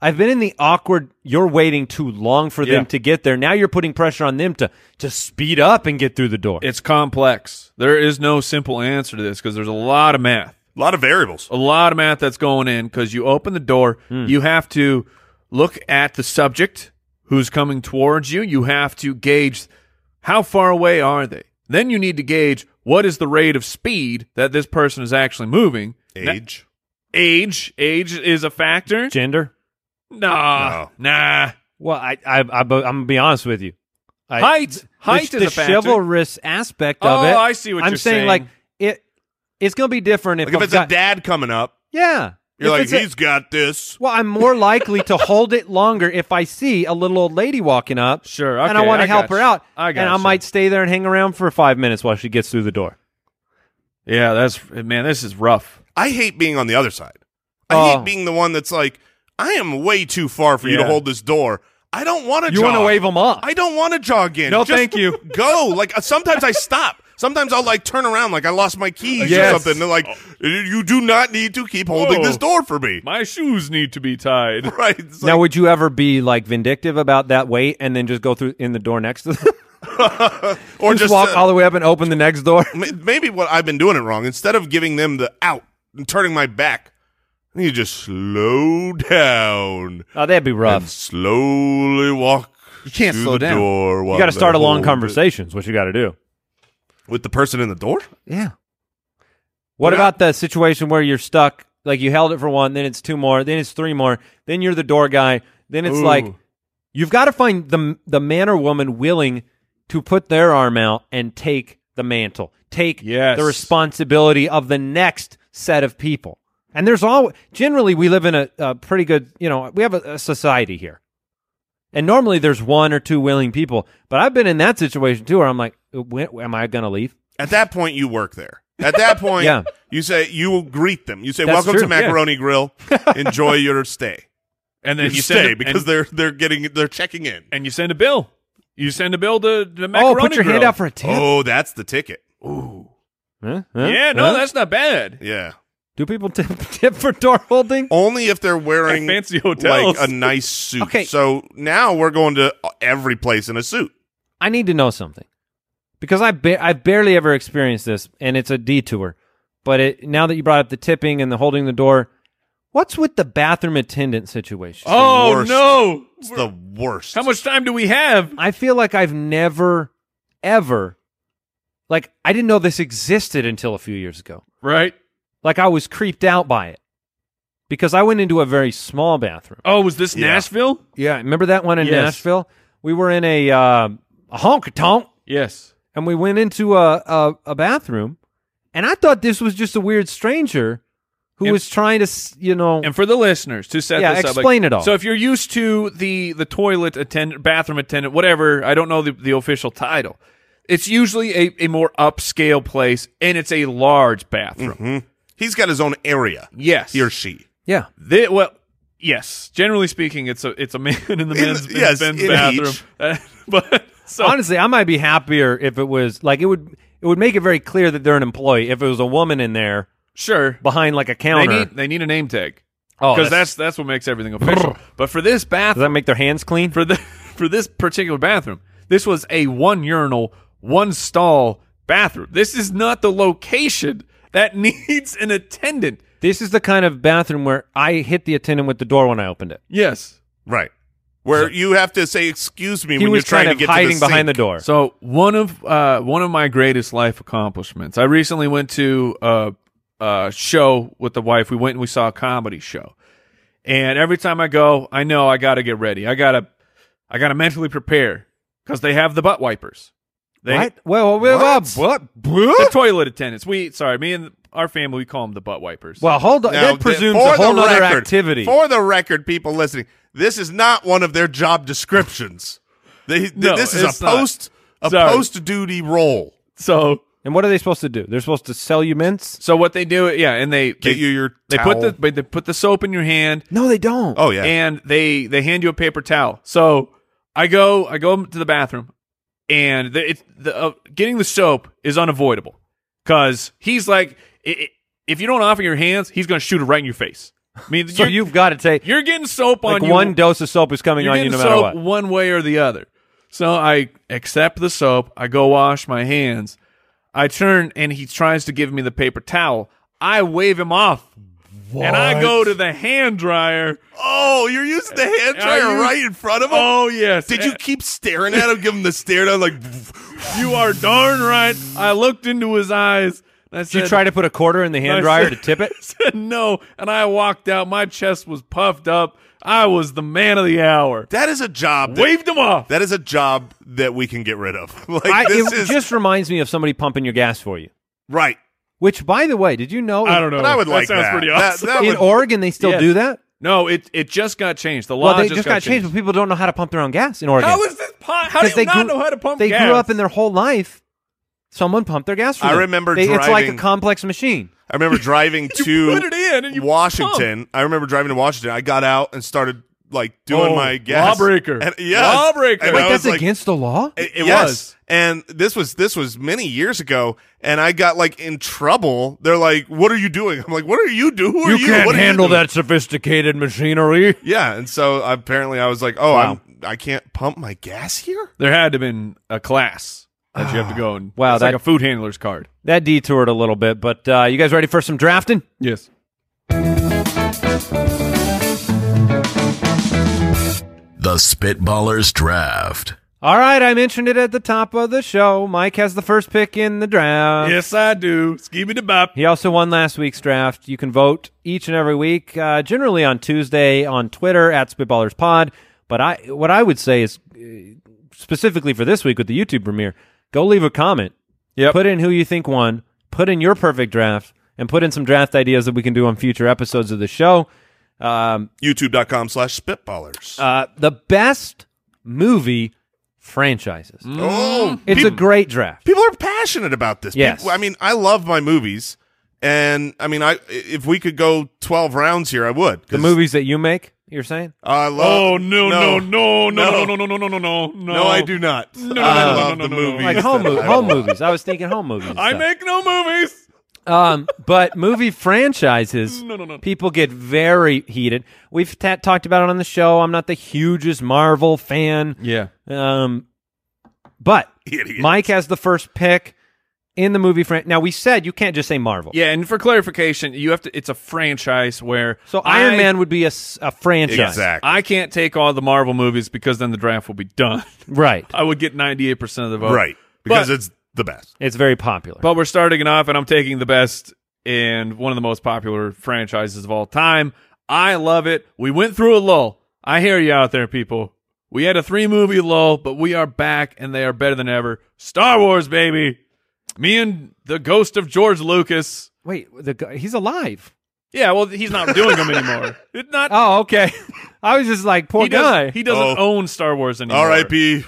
S1: I've been in the awkward you're waiting too long for
S4: Yeah.
S1: them to get there. Now you're putting pressure on them to to speed up and get through the door.
S4: it's complex. There is no simple answer to this because there's a lot of math.
S5: A lot of variables.
S4: a lot of math that's going in because you open the door, you have to look at the subject who's coming towards you. You have to gauge how far away are they. Then you need to gauge what is the rate of speed that this person is actually moving.
S5: Age.
S4: Age, age is a factor.
S1: Gender?
S4: Nah, nah.
S1: Well, I, I, I am gonna be honest with you. I,
S4: Height, height
S1: the,
S4: is
S1: the
S4: a factor.
S1: chivalrous aspect
S4: Oh,
S1: of it.
S4: I see what
S1: I'm
S4: you're
S1: saying.
S4: saying.
S1: Like it, it's gonna be different if,
S5: Like if
S1: I've
S5: it's a
S1: got-
S5: dad coming up,
S1: Yeah,
S5: you're
S1: If
S5: like,
S1: it's a-
S5: he's got this.
S1: well, I'm more likely to hold it longer if I see a little old lady walking up.
S4: Sure,
S1: and I
S4: okay,
S1: want
S4: I
S1: to help
S4: got
S1: her
S4: you.
S1: out.
S4: I got
S1: and I
S4: you.
S1: might stay there and hang around for five minutes while she gets through the door.
S4: Yeah, that's man. This is rough.
S5: I hate being on the other side. I
S1: Oh.
S5: hate being the one that's like, I am way too far for you to
S4: Yeah.
S5: hold this door. I don't want to.
S1: You
S5: want
S1: want to wave them off.
S5: I don't want to jog in.
S1: No,
S5: Just
S1: thank you.
S5: Go. Like uh, sometimes I stop. Sometimes I'll like turn around like I lost my keys
S4: Yes.
S5: or something. They're like, you- you do not need to keep holding
S4: Oh.
S5: this door for me.
S4: My shoes need to be tied.
S5: Right. It's
S1: now,
S5: like,
S1: would you ever be like vindictive about that wait and then just go through in the door next to them?
S5: or
S1: just,
S5: just
S1: walk
S5: uh,
S1: all the way up and open the next door?
S5: ma- maybe what I've been doing it wrong. Instead of giving them the out and turning my back, I need to just slow down
S1: Oh, that'd be
S5: and
S1: rough.
S5: slowly walk. You
S4: Um, can't slow
S5: the
S4: down.
S5: Door
S1: You
S5: while
S1: got to
S5: they
S1: start a long
S5: hold it.
S1: conversation. Is what you got to do.
S5: with the person in the door.
S1: Yeah. What
S5: Yeah.
S1: about the situation where you're stuck? Like you held it for one, then it's two more, then it's three more, then you're the door guy, then it's like you've got to find the the man or woman willing to put their arm out and take the mantle, take
S4: Yes.
S1: the responsibility of the next set of people. And there's all generally we live in a, a pretty good, you know, we have a, a society here, and normally there's one or two willing people. But I've been in that situation too, where I'm like, when, am I going to leave?
S5: At that point, you work there. At that point,
S1: Yeah.
S5: you say you will greet them. You say,
S1: That's
S5: "Welcome
S1: true,
S5: to Macaroni Grill. Enjoy your stay."
S4: And then
S5: You
S4: you send
S5: stay
S4: a-
S5: because
S4: and,
S5: they're they're getting they're checking in.
S4: and you send a bill. You send a bill to the
S1: Oh,
S4: macaroni
S1: put your hand
S4: Grill.
S1: out for a tip.
S5: Oh, that's the ticket.
S1: Huh? Huh?
S4: Yeah, no,
S1: Huh?
S4: that's not bad.
S5: Yeah,
S1: do people tip tip for door holding?
S5: only if they're wearing
S4: At fancy hotels.
S5: like a nice suit.
S1: Okay.
S5: So now we're going to every place in a suit.
S1: I need to know something because I ba- I barely ever experienced this, and it's a detour. But it, now that you brought up the tipping and the holding the door, what's with the bathroom attendant situation?
S4: Oh
S5: worst.
S4: no!
S5: It's the worst.
S4: How much time do we have?
S1: I feel like I've never ever like I didn't know this existed until a few years ago.
S4: Right.
S1: Like I was creeped out by it because I went into a very small bathroom.
S4: Oh, was this
S5: Yeah.
S4: Nashville?
S1: Yeah, remember that one in
S4: Yes.
S1: Nashville? We were in a uh, a honky tonk.
S4: Yes.
S1: and we went into a, a, a bathroom, and I thought this was just a weird stranger who
S4: And-
S1: was trying to, s- you know,
S4: And for the listeners to set
S1: Yeah,
S4: this up, like-
S1: explain it all.
S4: So if you're used to the the toilet attendant, bathroom attendant, whatever, I don't know the, the official title. It's usually a, a more upscale place, and it's a large bathroom.
S1: Mm-hmm.
S5: He's got his own area.
S4: Yes,
S5: He or she.
S1: yeah,
S4: They- well, yes. Generally speaking, it's a it's a man in the men's, in,
S5: yes,
S4: men's
S5: in
S4: bathroom,
S5: each.
S4: Uh, but so
S1: honestly, I might be happier if it was like it would it would make it very clear that they're an employee if it was a woman in there
S4: sure.
S1: behind like a
S4: They
S1: counter.
S4: need they need a name tag
S1: oh,
S4: because that's that's what makes everything official. but for this
S1: does
S4: bathroom,
S1: that make their hands clean?
S4: for the for this particular bathroom. This was a one urinal, one stall bathroom. This is not the location that needs an attendant.
S1: this is the kind of bathroom where I hit the attendant with the door when I opened it.
S4: Yes.
S5: Right. Where you have to say, "Excuse me,"
S1: He
S5: when
S1: was
S5: you're trying
S1: kind
S5: to
S1: of
S5: get
S1: hiding
S5: to the
S1: behind the
S5: sink.
S1: door.
S4: So one of uh, one of my greatest life accomplishments. I recently went to a, a show with the wife. We went and we saw a comedy show, and every time I go, I know I got to get ready. I gotta I gotta mentally prepare because they have the butt wipers. They,
S1: what? Well, well, well, what?
S4: the toilet attendants. We sorry, me and our family we call them the butt wipers.
S1: Well, hold on.
S5: Now,
S1: that presumes
S5: for
S1: a whole
S5: the
S1: other
S5: record-
S1: activity.
S5: For the record, people listening, this is not one of their job descriptions. They, th-
S4: No,
S5: this is a
S4: it's not.
S5: post a
S4: Sorry.
S5: post duty role.
S4: so
S1: and what are they supposed to do? They're supposed to sell you mints?
S4: so what they do? Yeah, and they
S5: Get
S4: they,
S5: you your
S4: they
S5: towel.
S4: put the but they put the soap in your hand,
S1: No, they don't.
S5: oh yeah
S4: and they they hand you a paper towel. So I go I go to the bathroom, and the, it, the uh, getting the soap is unavoidable because he's like i i if you don't offer your hands, he's gonna shoot it right in your face. I mean,
S1: So
S4: you're,
S1: you've got to take
S4: you're getting soap
S1: like
S4: on
S1: one
S4: you.
S1: dose of soap is coming
S4: You're
S1: on you no
S4: getting
S1: matter
S4: soap
S1: what.
S4: one way or the other. So I accept the soap. I go wash my hands. I turn and he tries to give me the paper towel. I wave him off. And I go to the hand dryer.
S5: oh you're using the hand
S4: Are
S5: dryer
S4: you-
S5: right in front of him.
S4: Oh yes.
S5: Did you keep staring at him, give him the stare down like?
S4: You are darn right. I looked into his eyes. And I said,
S1: Did you try to put a quarter in the hand dryer to tip it?
S4: I said no. And I walked out. My chest was puffed up. I was the man of the hour.
S5: That is a job. That,
S4: Waved him off.
S5: that is a job that we can get rid of. like
S1: I,
S5: this
S1: it
S5: is
S1: just reminds me of somebody pumping your gas for you.
S5: right.
S1: Which, by the way, did you know?
S4: I don't know.
S5: But I would like
S4: sounds pretty awesome.
S5: That, that
S1: In
S5: would-
S1: Oregon, they still
S4: Yes.
S1: do that.
S4: No, it it just got changed. The law
S1: Well, they
S4: just, got, changed.
S1: but people don't know how to pump their own gas in Oregon
S4: How is this? Po- how do you
S1: they
S4: not
S1: grew-
S4: know how to pump
S1: They
S4: gas?
S1: grew up in their whole life Someone pumped their gas for
S5: I
S1: them.
S5: remember
S1: They- It's like a
S5: driving-
S1: complex machine.
S5: I remember driving
S4: put it
S5: to
S4: in and you
S5: Washington. I remember driving to Washington. I got out and started like doing
S4: Oh,
S5: my gas.
S4: lawbreaker.
S5: And, yes.
S4: Lawbreaker.
S5: And
S4: Wait,
S5: I
S1: That's
S5: was like,
S1: against the law?
S5: It,
S4: It
S5: yes.
S4: was.
S5: And this was this was many years ago, and I got like in trouble. They're like, "What are you doing?" I'm like, "What are you doing? Who are you? What are you doing?"
S1: sophisticated machinery.
S5: Yeah, and so apparently I was like, "Oh,
S1: Wow.
S5: I'm- I can't pump my gas here."
S4: There had to have been a class that you have to go and.
S1: Wow,
S4: it's like
S1: that-
S4: a food handler's card.
S1: That detoured a little bit, but uh, you guys ready for some drafting?
S4: Yes.
S3: The Spitballers Draft.
S1: All right, I mentioned it at the top of the show. Mike has the first pick in the draft.
S4: Yes, I do. Skibby the bop.
S1: He also won last week's draft. You can vote each and every week, uh, generally on Tuesday on Twitter at Spitballers Pod. But I, what I would say is, uh, specifically for this week with the YouTube premiere, go leave a comment.
S4: Yep.
S1: Put in who you think won. Put in your perfect draft, and put in some draft ideas that we can do on future episodes of the show. Um,
S5: YouTube.com slash spitballers.
S1: uh, the best movie franchises.
S5: oh,
S1: It's
S5: peop-
S1: a great draft.
S5: people are passionate about this.
S1: Yes.
S5: People- I mean, I love my movies, and I mean, I if we could go twelve rounds here, I would.
S1: The movies that you make, you're saying?
S5: I love.
S2: Oh no no no no no no no no no no no
S5: No, I do not.
S2: no,
S5: I
S2: no, no,
S5: love
S2: no,
S5: the
S2: no, no.
S5: movies.
S1: Like home,
S5: that
S1: mo-
S5: I
S1: home
S5: love.
S1: movies. I was thinking home movies. and
S2: I
S1: stuff.
S2: make no movies.
S1: Um, but movie franchises, people get very heated. We've ta talked about it on the show. I'm not the hugest Marvel fan.
S4: Yeah.
S1: Um, but
S5: Idiot.
S1: Mike has the first pick in the movie. Fran- now, we said you can't just say Marvel.
S4: Yeah, and for clarification, you have to. It's a franchise where
S1: So Iron
S4: I-
S1: Man would be a, s- a franchise.
S5: Exactly.
S4: I can't take all the Marvel movies because then the draft will be done.
S1: Right.
S4: I would get ninety eight percent of the vote.
S5: right. Because
S4: But-
S5: it's the best.
S1: It's very popular.
S4: But we're starting it off, and I'm taking the best and one of the most popular franchises of all time. I love it. We went through a lull. I hear you out there, people. We had a three movie lull, but we are back, and they are better than ever. Star Wars, baby. Me and the ghost of George Lucas.
S1: Wait, the, guy- he's alive.
S4: Yeah, well, he's not doing them anymore. It's not.
S1: Oh, okay. I was just like, poor
S4: he,
S1: guy.
S4: does, he doesn't own Star Wars anymore.
S5: R.I.P.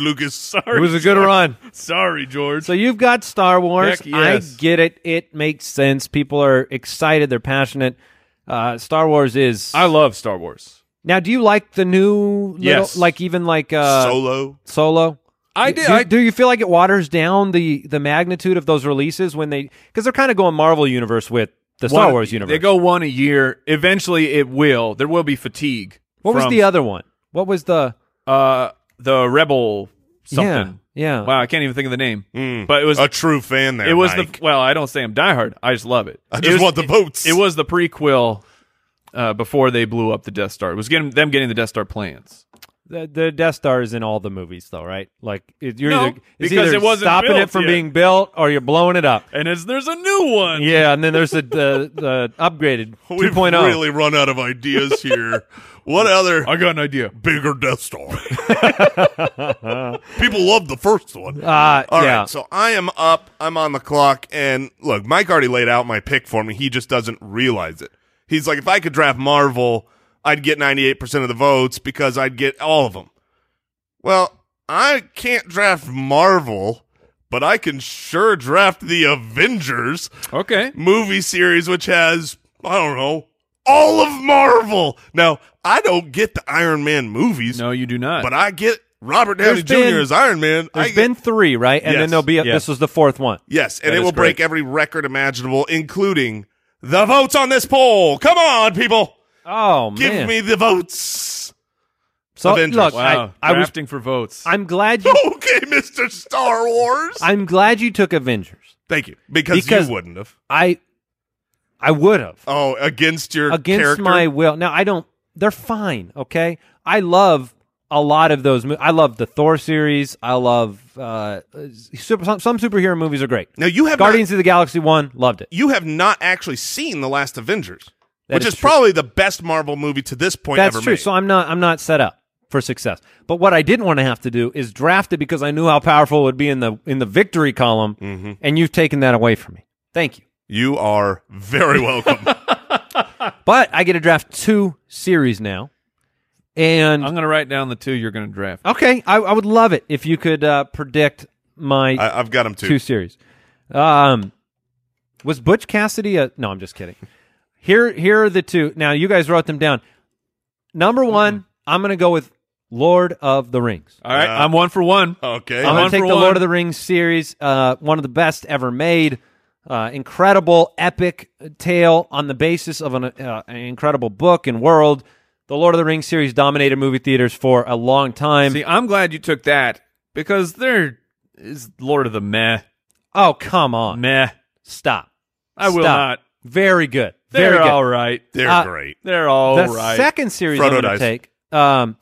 S5: Lucas.
S1: it
S4: Sorry,
S1: was a good run.
S4: sorry, George.
S1: So you've got Star Wars.
S4: Heck yes.
S1: I get it. It makes sense. People are excited. They're passionate. Uh, Star Wars is.
S4: I love Star Wars.
S1: now, do you like the new? Little,
S4: Yes.
S1: Like even like uh,
S5: Solo.
S1: Solo.
S4: I
S1: do,
S4: did. I,
S1: do you feel like it waters down the the magnitude of those releases when they because they're kind of going Marvel universe with the Star
S4: one-
S1: Wars universe?
S4: They go one a year. Eventually, it will. There will be fatigue.
S1: what was
S4: from,
S1: the other one? What was the
S4: uh the rebel something?
S1: Yeah, yeah.
S4: Wow, I can't even think of the name.
S5: Mm.
S4: But it was
S5: a true fan there.
S4: it was
S5: Mike.
S4: the well. I don't say I'm diehard. I just love it.
S5: I
S4: It
S5: just
S4: was-
S5: want the votes.
S4: It, was the prequel uh, before they blew up the Death Star. It was getting them getting the Death Star plans.
S1: The, the Death Star is in all the movies, though, right? Like it, you're
S4: No,
S1: either, it's
S4: because
S1: either
S4: it wasn't
S1: stopping it
S4: built
S1: from
S4: yet.
S1: being built or you're blowing it up.
S4: And it's, there's a new one.
S1: Yeah, and then there's the the, the upgraded oh.
S5: We've
S2: oh.
S1: 2.0.
S5: really run out of ideas here. what other
S4: I got an idea.
S5: bigger Death Star? People love the first one.
S1: uh,
S5: All right,
S1: yeah.
S5: so I am up. I'm on the clock, and look, Mike already laid out my pick for me. He just doesn't realize it. He's like, if I could draft Marvel, I'd get 98 percent of the votes because I'd get all of them. Well, I can't draft Marvel, but I can sure draft the Avengers
S4: Okay.
S5: movie series, which has I don't know all of Marvel. Now, I don't get the Iron Man movies,
S4: No, you do not.
S5: but I get Robert Downey
S1: There's been-
S5: Jr. as Iron Man. I
S1: There's
S5: get-
S1: been three, right? And
S5: Yes,
S1: then there'll be a,
S4: yeah.
S1: this was the fourth one.
S5: Yes, and
S4: That
S5: it
S4: is
S5: will break
S4: correct.
S5: every record imaginable, including the votes on this poll. Come on, people.
S1: Oh
S5: Give
S1: man!
S5: me the votes.
S1: so
S5: Avengers.
S1: look,
S4: wow.
S1: I, I was
S4: drafting for votes.
S1: I'm glad you
S5: Okay, Mr. Star Wars.
S1: I'm glad you took Avengers.
S5: Thank you. Because,
S1: Because-
S5: you wouldn't have.
S1: I I would have
S5: Oh, against your
S1: against
S5: character?
S1: my will. Now I don't. They're fine. Okay. I love a lot of those. Mo- I love the Thor series. I love uh, super, some, some superhero movies are great.
S5: Now, you have not-
S1: Guardians of the Galaxy one loved it.
S5: you have not actually seen the last Avengers,
S1: That
S5: which
S1: is
S5: is,
S1: true.
S5: probably the best Marvel movie to this point
S1: That's
S5: ever
S1: true.
S5: made.
S1: So I'm not I'm not set up for success. But what I didn't want to have to do is draft it because I knew how powerful it would be in the in the victory column,
S5: Mm-hmm.
S1: and you've taken that away from me. Thank you.
S5: you are very welcome.
S1: But I get to draft two series now, and
S4: I'm going to write down the two you're going to draft.
S1: okay, I, I would love it if you could uh, predict my
S5: I, I've got them too.
S1: two series. Um, was Butch Cassidy a? No, I'm just kidding. Here, here are the two. Now you guys wrote them down. Number
S4: Mm-hmm.
S1: one, I'm going to go with Lord of the Rings.
S4: All right, I'm one for one.
S5: Okay.
S1: I'm
S4: I'm
S1: going to
S4: on
S1: take
S4: for
S1: the
S4: one.
S1: Lord of the Rings series, uh, one of the best ever made. Uh, incredible, epic tale on the basis of an, uh, an incredible book and world. The Lord of the Rings series dominated movie theaters for a long time.
S4: See, I'm glad you took that because there is Lord of the Meh.
S1: oh, come on.
S4: Meh.
S1: Stop.
S4: I
S1: Stop.
S4: will not.
S1: Very good.
S4: They're
S1: Very good.
S4: all right.
S5: They're
S1: Uh,
S5: great.
S4: They're all
S1: the
S4: Oh, right.
S1: second series
S5: Frodo
S1: I'm going to
S5: dies.
S1: take. Um,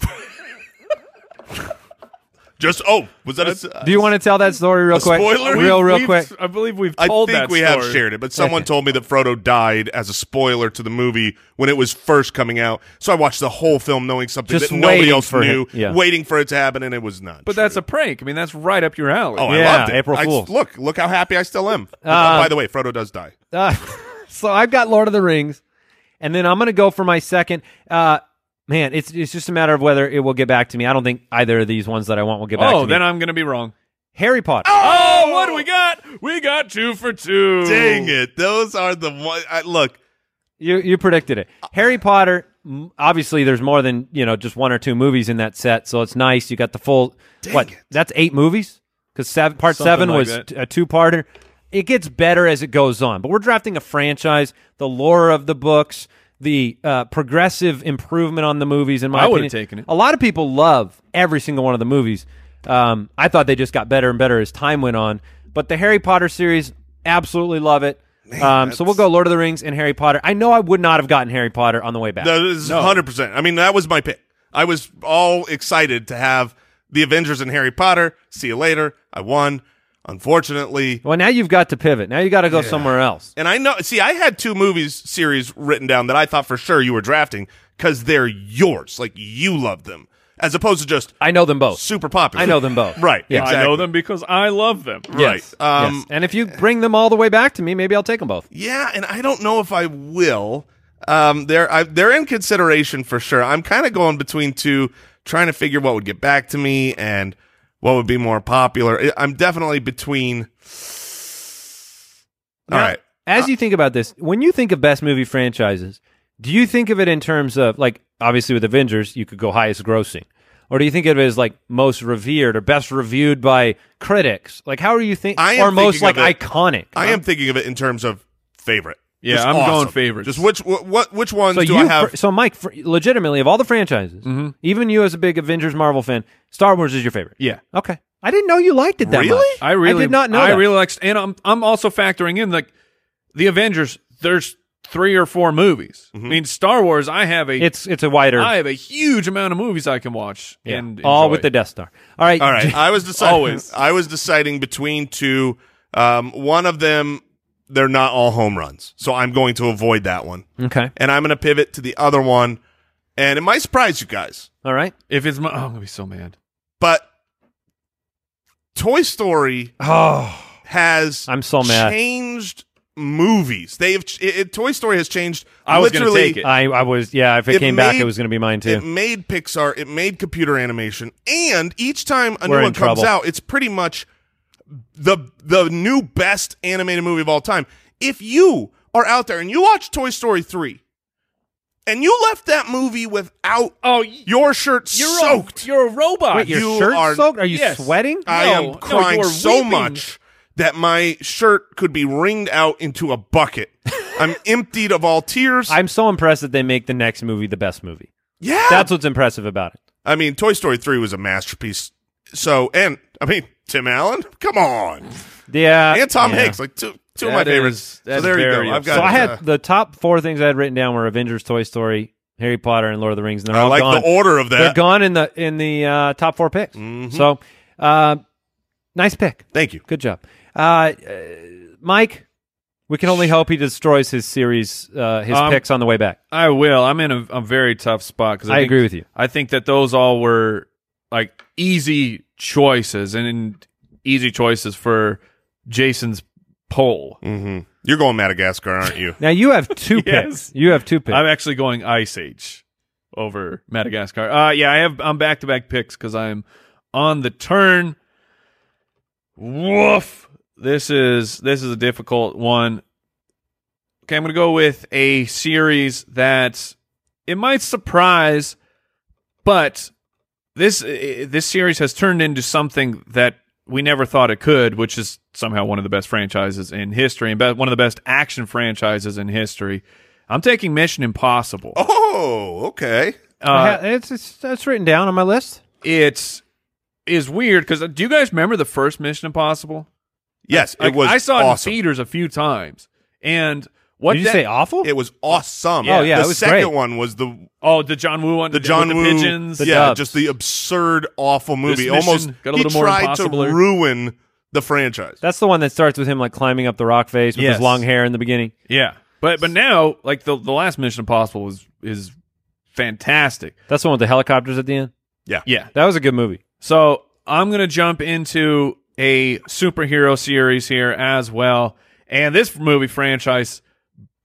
S5: Just oh, was that a s-
S1: uh, do you want to tell that story real
S5: A
S1: quick?
S5: spoiler?
S1: Real, real
S4: We've-
S1: quick.
S4: I believe we've
S5: I
S4: told
S5: think
S4: that
S5: we have
S4: story.
S5: shared it, but someone told me that Frodo died as a spoiler to the movie when it was first coming out. So I watched the whole film knowing something
S1: Just
S5: that nobody
S1: waiting
S5: else
S1: for
S5: knew,
S1: him. Yeah.
S5: waiting for it to happen, and it was not.
S4: But that's a prank. I mean, that's right up your alley.
S5: oh,
S1: Yeah,
S5: I loved it.
S1: April
S5: I-
S1: Fool's.
S5: look, look how happy I still am. Oh, by the way, Frodo does die.
S1: Uh, so I've got Lord of the Rings, and then I'm going to go for my second. Uh, man, it's it's just a matter of whether it will get back to me. I don't think either of these ones that I want will get back
S4: oh
S1: to
S4: then
S1: me.
S4: I'm going to be wrong.
S1: Harry Potter.
S4: Oh, what do we got? We got two for two.
S5: Dang it! Those are the one. I, look,
S1: You you predicted it. Harry Potter. m- Obviously, there's more than you know, just one or two movies in that set, so it's nice. You got the full. what? That's eight movies because seven, part
S4: Something
S1: seven
S4: like
S1: was
S4: that.
S1: t- a two-parter. It gets better as it goes on, but we're drafting a franchise. The lore of the books, the uh, progressive improvement on the movies. In my
S4: I would've
S1: opinion,
S4: taken it.
S1: A lot of people love every single one of the movies. Um, I thought they just got better and better as time went on. But the Harry Potter series, absolutely love it. um, so we'll go Lord of the Rings and Harry Potter. I know I would not have gotten Harry Potter on the way back.
S5: that is hundred percent. I mean, that was my pick. I was all excited to have the Avengers and Harry Potter. See you later. I won. Unfortunately,
S1: well, now you've got to pivot. Now you got to go somewhere else.
S5: And I know, see, I had two movies series written down that I thought for sure you were drafting because they're yours. Like you love them, as opposed to just
S1: I know them both.
S5: super popular.
S1: I know them both.
S5: Right.
S1: Yeah.
S5: Exactly.
S4: I know them because I love them.
S5: Right. Um,
S1: yes. And if you bring them all the way back to me, maybe I'll take them both.
S5: Yeah, and I don't know if I will. Um, they're I, they're in consideration for sure. I'm kind of going between two, trying to figure what would get back to me and what would be more popular. I- I'm definitely between. All
S1: Now,
S5: right.
S1: As you think about this, when you think of best movie franchises, do you think of it in terms of like obviously with Avengers, you could go highest grossing, or do you think of it as like most revered or best reviewed by critics? Like how are you think
S5: I am
S1: or most like
S5: thinking of it-
S1: iconic? Um,
S5: I am thinking of it in terms of favorite.
S4: Yeah,
S5: Just
S4: I'm going
S5: awesome.
S4: favorites.
S5: Just which what what which ones
S1: so
S5: do
S1: you
S5: I have? Mm-hmm.
S1: fr- so Mike, fr- legitimately of all the franchises, even you as a big Avengers Marvel fan, Star Wars is your favorite.
S4: Yeah.
S1: Okay, I didn't know you liked it that
S5: Really?
S1: much.
S4: I really
S1: did not know.
S4: I
S1: that.
S4: really like and I'm I'm also factoring in like the Avengers, there's three or four movies.
S5: Mm-hmm.
S4: I mean Star Wars, I have a I
S1: it's it's a wider
S4: have a huge amount of movies I can watch
S1: yeah,
S4: and
S1: all
S4: enjoy.
S1: with the Death Star. All right,
S5: All right, I was deciding.
S4: Always.
S5: I was deciding between two. Um, one of them, they're not all home runs, so I'm going to avoid that one,
S1: okay,
S5: and I'm going to pivot to the other one. And it might surprise you guys,
S1: all right.
S4: If it's my, oh, I'm gonna be so mad.
S5: but Toy Story
S4: Oh,
S5: has
S1: I'm so mad.
S5: changed movies. They have ch- it, it- Toy Story has changed.
S4: I was gonna
S5: literally
S4: take it.
S1: I, I was yeah. If it,
S5: It
S1: came back,
S5: made-
S1: it was going to be mine too.
S5: It made Pixar. It made computer animation. And each time a
S1: We're
S5: new
S1: in
S5: one comes
S1: trouble.
S5: out, it's pretty much the the new best animated movie of all time. If you are out there and you watch Toy Story three, and you left that movie without
S4: Oh, y-
S5: your shirt soaked,
S4: A, you're a robot.
S1: Wait, your
S5: you
S1: shirt
S5: are-
S1: soaked? Are you
S4: Yes.
S1: sweating?
S5: I
S4: No,
S5: am
S4: no,
S5: crying
S4: you are
S5: so
S4: weeping.
S5: much that my shirt could be wringed out into a bucket. I'm emptied of all tears.
S1: I'm so impressed that they make the next movie the best movie.
S5: yeah,
S1: That's what's impressive about it.
S5: I mean, Toy Story 3 was a masterpiece. So, and I mean, Tim Allen, come on.
S1: Yeah,
S5: And Tom
S1: yeah.
S5: Hanks, like two two of
S4: Uh, That
S5: my favorites.
S4: is- that's
S5: so there you
S4: very
S5: go. I've got
S1: So I
S5: uh,
S1: had the top four things I had written down were Avengers, Toy Story, Harry Potter, and Lord of the Rings, and they're
S5: I
S1: all
S5: like
S1: gone.
S5: the order of
S1: they're
S5: that.
S1: gone in the in the uh, top four picks.
S5: Mm-hmm.
S1: So, uh, nice pick.
S5: Thank you.
S1: Good job, uh, uh, Mike. We can only hope he destroys his series, uh, his
S4: Um,
S1: picks on the way back.
S4: I will. I'm in a, a very tough spot because
S1: I
S4: think,
S1: agree with you.
S4: I think that those all were like easy choices and, and easy choices for Jason's poll.
S5: hmm You're going Madagascar, aren't you?
S1: Now you have two
S4: Yes.
S1: picks. You have two picks.
S4: I'm actually going Ice Age over Madagascar. Uh, yeah, I have. I'm back to back picks because I'm on the turn. Woof. This is this is a difficult one. Okay, I'm gonna go with a series that it might surprise, but this eh, this series has turned into something that we never thought it could, which is somehow one of the best franchises in history and be- one of the best action franchises in history. I'm taking Mission Impossible.
S5: Oh, okay.
S1: I
S4: Uh,
S1: ha- it's, it's it's written down on my list.
S4: it's is weird because do you guys remember the first Mission Impossible?
S5: Yes,
S4: Like,
S5: it was
S4: I saw
S5: awesome.
S4: it in theaters a few times, and what
S1: Did you
S4: that-
S1: say awful?
S5: It was awesome.
S1: Yeah. Oh, yeah,
S5: the
S1: it was
S5: second
S1: great.
S5: one was the
S4: Oh, the John Woo one,
S5: the
S4: with
S5: John
S4: the
S5: Woo
S4: pigeons.
S1: The
S5: yeah,
S1: dubs.
S5: just the absurd, awful movie.
S4: mission
S5: Almost
S4: got a
S5: he
S4: little more
S5: tried
S4: impossibler.
S5: to ruin the franchise.
S1: That's the one that starts with him like climbing up the rock face with
S4: Yes.
S1: his long hair in the beginning.
S4: yeah, but but now like the the last Mission Impossible was is fantastic.
S1: That's the one with the helicopters at the end.
S4: Yeah,
S1: That was a good movie.
S4: so I'm gonna jump into a superhero series here as well, and this movie franchise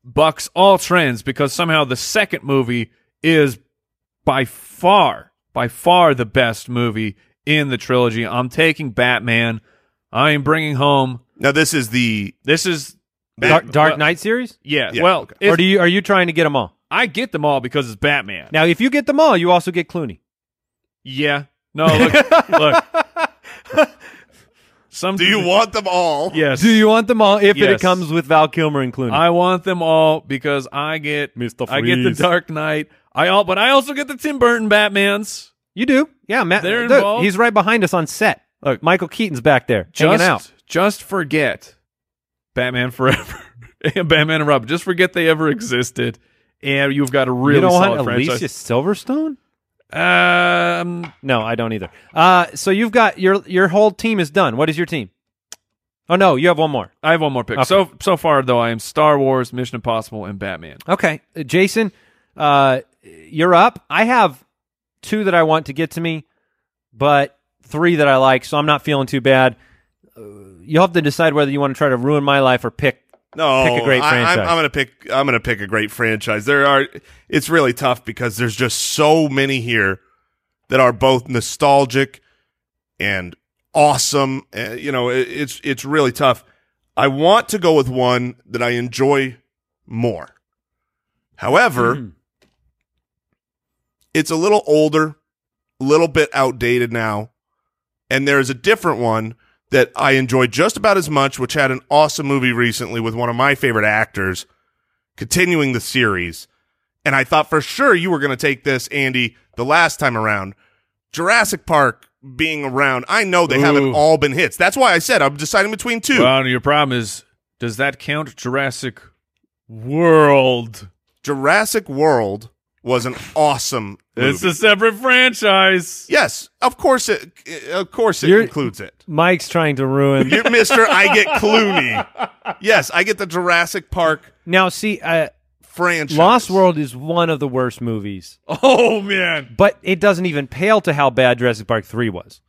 S4: bucks all trends because somehow the second movie is by far, by far the best movie in the trilogy. I'm taking Batman. I am bringing home.
S5: Now this is the
S4: This is
S1: Dark, Dark
S4: well,
S1: Knight series,
S4: Yeah.
S5: Yeah,
S4: well,
S5: okay.
S4: if-
S1: or do you are you trying to get them all?
S4: I get them all because it's Batman.
S1: Now, if you get them all, you also get Clooney.
S4: yeah. No. Look. look. Some.
S5: Do you want them all?
S4: Yes.
S1: Do you want them all if
S4: Yes.
S1: it comes with Val Kilmer and Clooney?
S4: I want them all because I get
S1: Mr.
S4: I get the
S1: Freeze.
S4: Dark Knight. I all, but I also get the Tim Burton Batman's.
S1: you do, yeah, Matt.
S4: They're
S1: look,
S4: involved.
S1: he's right behind us on set. Look, Michael Keaton's back there
S4: Just
S1: hanging out.
S4: just forget Batman Forever and Batman and Robin. Just forget they ever existed. And you've got a really
S1: you don't
S4: solid
S1: want Alicia
S4: franchise.
S1: Silverstone?
S4: Um,
S1: No, I don't either. Uh, so you've got your your whole team is done. What is your team? Oh no, you have one more.
S4: I have one more pick.
S1: Okay.
S4: So so far though, I am Star Wars, Mission Impossible, and Batman.
S1: Okay, Uh, Jason, uh, you're up. I have two that I want to get to me, but three that I like, so I'm not feeling too bad. Uh, You'll have to decide whether you want to try to ruin my life or pick.
S5: No,
S1: Pick a great
S5: I,
S1: franchise.
S5: am gonna pick. I'm gonna pick a great franchise. There are. It's really tough because there's just so many here that are both nostalgic and awesome. Uh, you know, it, it's it's really tough. I want to go with one that I enjoy more.
S1: Hmm.
S5: However, it's a little older, a little bit outdated now, and there is a different one that I enjoy just about as much, which had an awesome movie recently with one of my favorite actors, continuing the series. And I thought for sure you were going to take this, Andy, the last time around. Jurassic Park being around, I know they haven't
S4: Ooh.
S5: all been hits. That's why I said I'm deciding between two.
S4: Well, your problem is, does that count Jurassic World?
S5: Jurassic World was an awesome movie.
S4: It's a separate franchise.
S5: yes, of course it, of course it
S1: You're-
S5: includes it.
S1: Mike's trying to ruin.
S5: You're Mr. I get Clooney. Yes, I get the Jurassic Park
S1: now, see, uh,
S5: franchise.
S1: Lost World is one of the worst movies,
S4: Oh man,
S1: but it doesn't even pale to how bad Jurassic Park three was.